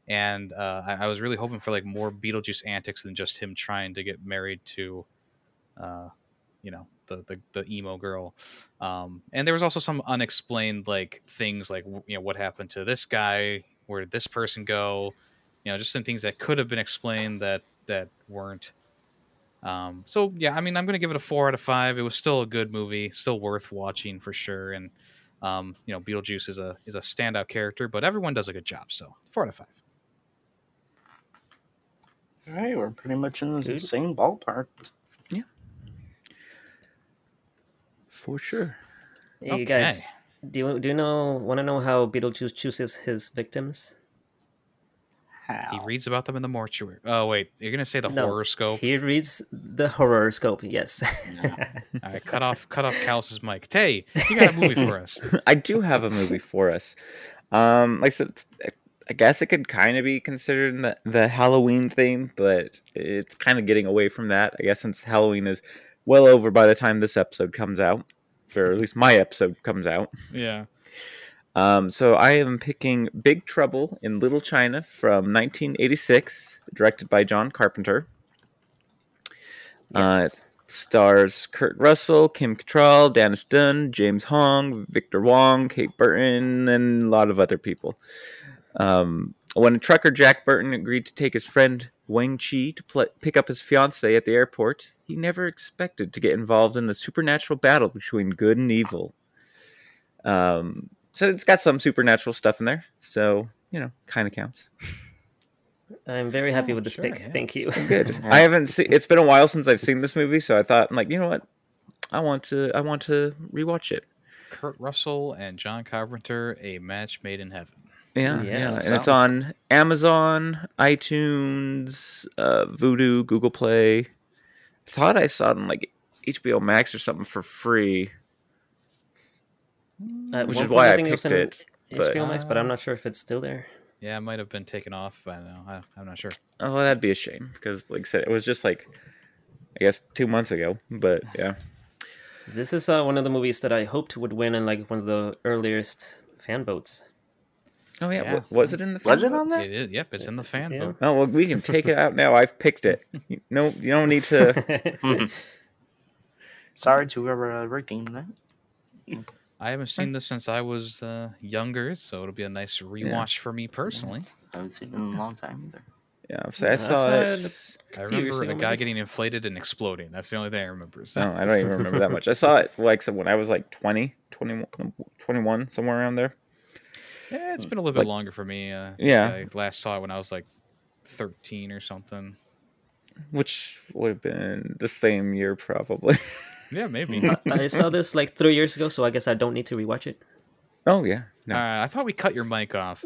Speaker 1: and uh, I, I was really hoping for like more Beetlejuice antics than just him trying to get married to, uh, you know, the the, the emo girl. Um, and there was also some unexplained like things like w- you know what happened to this guy, where did this person go, you know, just some things that could have been explained that that weren't. Um, so yeah, I mean, I'm gonna give it a four out of five. It was still a good movie, still worth watching for sure. And um, you know, Beetlejuice is a is a standout character, but everyone does a good job. So four out of five.
Speaker 2: All right, we're pretty much in the
Speaker 4: Dude.
Speaker 2: same ballpark.
Speaker 3: For sure.
Speaker 4: Hey, you guys, do you do you know want to know how Beetlejuice chooses his victims?
Speaker 1: He
Speaker 2: How?
Speaker 1: reads about them in the mortuary. Oh wait, you're gonna say the
Speaker 4: No,
Speaker 1: horoscope?
Speaker 4: He reads the horoscope. Yes.
Speaker 1: All right, cut off cut off Cal's mic. Tay, you got a movie for us?
Speaker 3: I do have a movie for us. Um, like I said, I guess it could kind of be considered in the, the Halloween theme, but it's kind of getting away from that. I guess since Halloween is well over by the time this episode comes out, or at least my episode comes out.
Speaker 1: Yeah.
Speaker 3: Um, so I am picking Big Trouble in Little China from 1986, directed by John Carpenter. Uh,
Speaker 4: yes.
Speaker 3: Stars Kurt Russell, Kim Cattrall, Dennis Dunn, James Hong, Victor Wong, Kate Burton, and a lot of other people. Um, when trucker Jack Burton agreed to take his friend Wang Chi to pl- pick up his fiancee at the airport, he never expected to get involved in the supernatural battle between good and evil. Um, so it's got some supernatural stuff in there, so you know, kind of counts.
Speaker 4: I'm very happy
Speaker 1: yeah,
Speaker 4: with this
Speaker 1: Oh, sure,
Speaker 4: pick.
Speaker 1: yeah.
Speaker 4: Thank you.
Speaker 3: Uh, Good. I haven't seen. It's been a while since I've seen this movie, so I thought, I'm like, you know what? I want to. I want to rewatch it.
Speaker 1: Kurt Russell and John Carpenter, a match made in heaven.
Speaker 3: Yeah,
Speaker 4: Yeah,
Speaker 3: yeah. And it's
Speaker 1: so-
Speaker 3: on Amazon, iTunes, uh, Voodoo, Google Play. I thought I saw it on like HBO Max or something for free,
Speaker 4: Uh,
Speaker 3: which is
Speaker 4: one point,
Speaker 3: why I
Speaker 4: think
Speaker 3: picked
Speaker 4: was in
Speaker 3: it. but-
Speaker 4: HBO Max, but I'm not sure if it's still there.
Speaker 1: Yeah, it might have been taken off by now. I, I'm not sure.
Speaker 3: Oh, that'd be a shame because, like I said, it was just like I guess two months ago. But yeah,
Speaker 4: This is uh, one of the movies that I hoped would win in like one of the earliest fan votes.
Speaker 3: Oh yeah,
Speaker 1: Yeah.
Speaker 3: wa- was it in the?
Speaker 2: Was
Speaker 3: fan
Speaker 2: it on
Speaker 3: votes?
Speaker 2: there?
Speaker 1: It is. Yep, it's in the fan
Speaker 4: Yeah.
Speaker 1: vote.
Speaker 3: Oh well, we can take it out now. I've picked it. You- No, you don't need to.
Speaker 2: Sorry to whoever uh, redeemed that.
Speaker 1: I haven't seen this since I was uh, younger, so it'll be a nice rewatch for me personally.
Speaker 2: I haven't seen it in a long time either.
Speaker 3: Yeah, so I
Speaker 4: That's
Speaker 3: saw
Speaker 4: not
Speaker 3: it.
Speaker 1: I
Speaker 4: Few years
Speaker 1: remember a
Speaker 4: ago,
Speaker 1: guy
Speaker 4: maybe.
Speaker 1: getting inflated and exploding. That's the only thing I remember. So.
Speaker 3: No, Oh, I don't even remember that much. I saw it like so when I was like 20, 21, 21 somewhere around there.
Speaker 1: Yeah, it's been a little bit
Speaker 3: Like-
Speaker 1: longer for me. Uh, I think
Speaker 3: Yeah.
Speaker 1: I last saw it when I was like 13 or something.
Speaker 3: which would have been the same year probably.
Speaker 1: Yeah, maybe.
Speaker 4: I- I saw this like three years ago, so I guess I don't need to rewatch it.
Speaker 3: oh yeah, no,
Speaker 1: Uh, I thought we cut your mic off.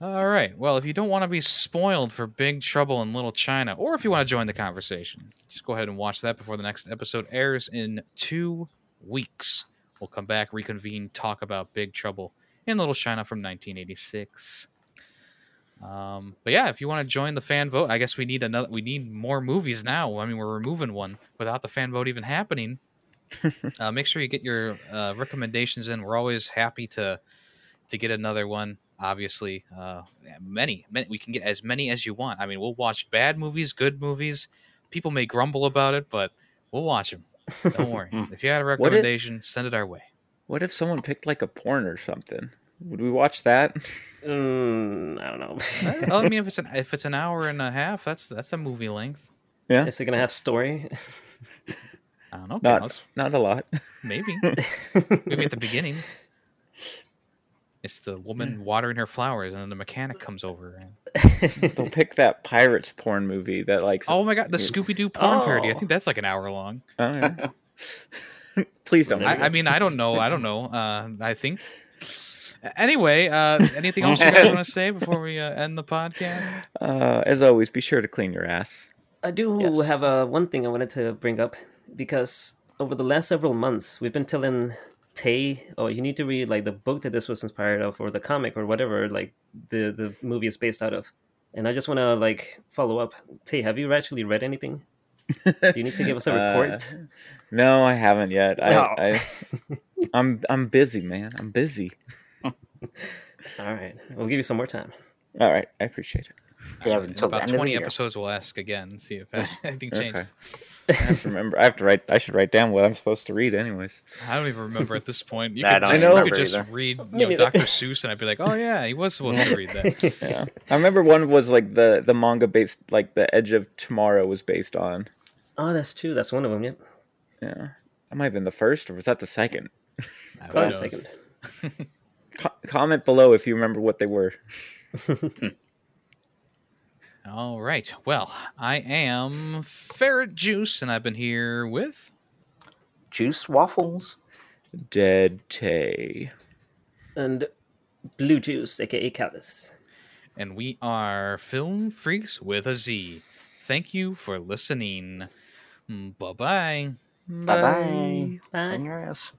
Speaker 1: All right. Well, if you don't want to be spoiled for Big Trouble in Little China, or if you want to join the conversation, just go ahead and watch that before the next episode airs in two weeks. We'll come back, reconvene, talk about Big Trouble in Little China from 1986. Um, but yeah, if you want to join the fan vote, I guess we need another. We need more movies now. I mean, we're removing one without the fan vote even happening. uh, make sure you get your uh, recommendations in. We're always happy to to get another one. Obviously, uh, many, many we can get as many as you want. I mean, we'll watch bad movies, good movies. People may grumble about it, but we'll watch them. Don't worry. if you had a
Speaker 3: What it-
Speaker 1: recommendation, send it our way.
Speaker 3: what if someone picked like a porn or something? Would we watch that?
Speaker 4: Mm, I don't
Speaker 1: I
Speaker 4: know.
Speaker 1: I mean, if it's an if it's an hour and a half, that's that's a movie length.
Speaker 4: Is it gonna have story?
Speaker 1: I don't know,
Speaker 3: Not-
Speaker 1: Klaus.
Speaker 3: Not a lot.
Speaker 1: Maybe maybe at the beginning, it's the woman watering her flowers, and then the mechanic comes over. And,
Speaker 3: They'll pick that pirates porn movie that like
Speaker 1: oh my god, the Scooby Doo porn parody! I
Speaker 4: Oh.
Speaker 1: think that's like an hour long.
Speaker 3: oh, yeah. Please don't.
Speaker 4: There
Speaker 1: I, I mean, I don't know. I don't know. Uh, I think. Anyway, uh, anything else you guys want to say before we uh, end the podcast?
Speaker 3: Uh, as always, be sure to clean your ass.
Speaker 4: I do
Speaker 2: Yes.
Speaker 4: have uh, one thing I wanted to bring up because over the last several months, we've been telling Tay, "Oh, you need to read like the book that this was inspired of, or the comic, or whatever like the the movie is based out of." And I just want to like follow up. Tay, have you actually read anything? Do you need to give us a
Speaker 3: Uh,
Speaker 4: report?
Speaker 3: No, I haven't yet. I,
Speaker 4: No.
Speaker 3: I, I'm I'm busy, man. I'm busy.
Speaker 4: All right, we'll give you some more time.
Speaker 3: All right, I appreciate it.
Speaker 2: Yeah,
Speaker 1: All right, in
Speaker 2: until the
Speaker 1: Uh, about
Speaker 2: end of the
Speaker 1: twenty
Speaker 2: year.
Speaker 1: episodes, we'll ask again and see if anything
Speaker 3: Okay.
Speaker 1: changes.
Speaker 3: I have to remember. I have to write. I should write down what I'm supposed to read, anyways.
Speaker 1: I don't even remember at this point. You
Speaker 2: Nah, I
Speaker 1: could,
Speaker 2: don't
Speaker 1: just, you
Speaker 3: remember
Speaker 1: could just
Speaker 2: either.
Speaker 1: read
Speaker 4: Me
Speaker 1: you know,
Speaker 4: neither.
Speaker 1: Dr. Seuss, and I'd be like, "Oh yeah, he was supposed to read that."
Speaker 3: Yeah, I remember one was like the the manga based, like the Edge of Tomorrow was based on.
Speaker 4: Oh, that's true. That's one of them. Yep.
Speaker 3: Yeah, that might have been the first, or was that the second?
Speaker 1: I don't know.
Speaker 4: Probably second.
Speaker 3: Co- comment below if you remember what they were.
Speaker 1: All right. Well, I am Ferret Juice, and I've been here with.
Speaker 2: Juice waffles.
Speaker 3: Dead Tay.
Speaker 4: And blue juice, aka callus.
Speaker 1: and we are Film Freaks with a Z. Thank you for listening. Bye bye.
Speaker 2: Bye bye.
Speaker 4: Bye.
Speaker 2: Bang your ass.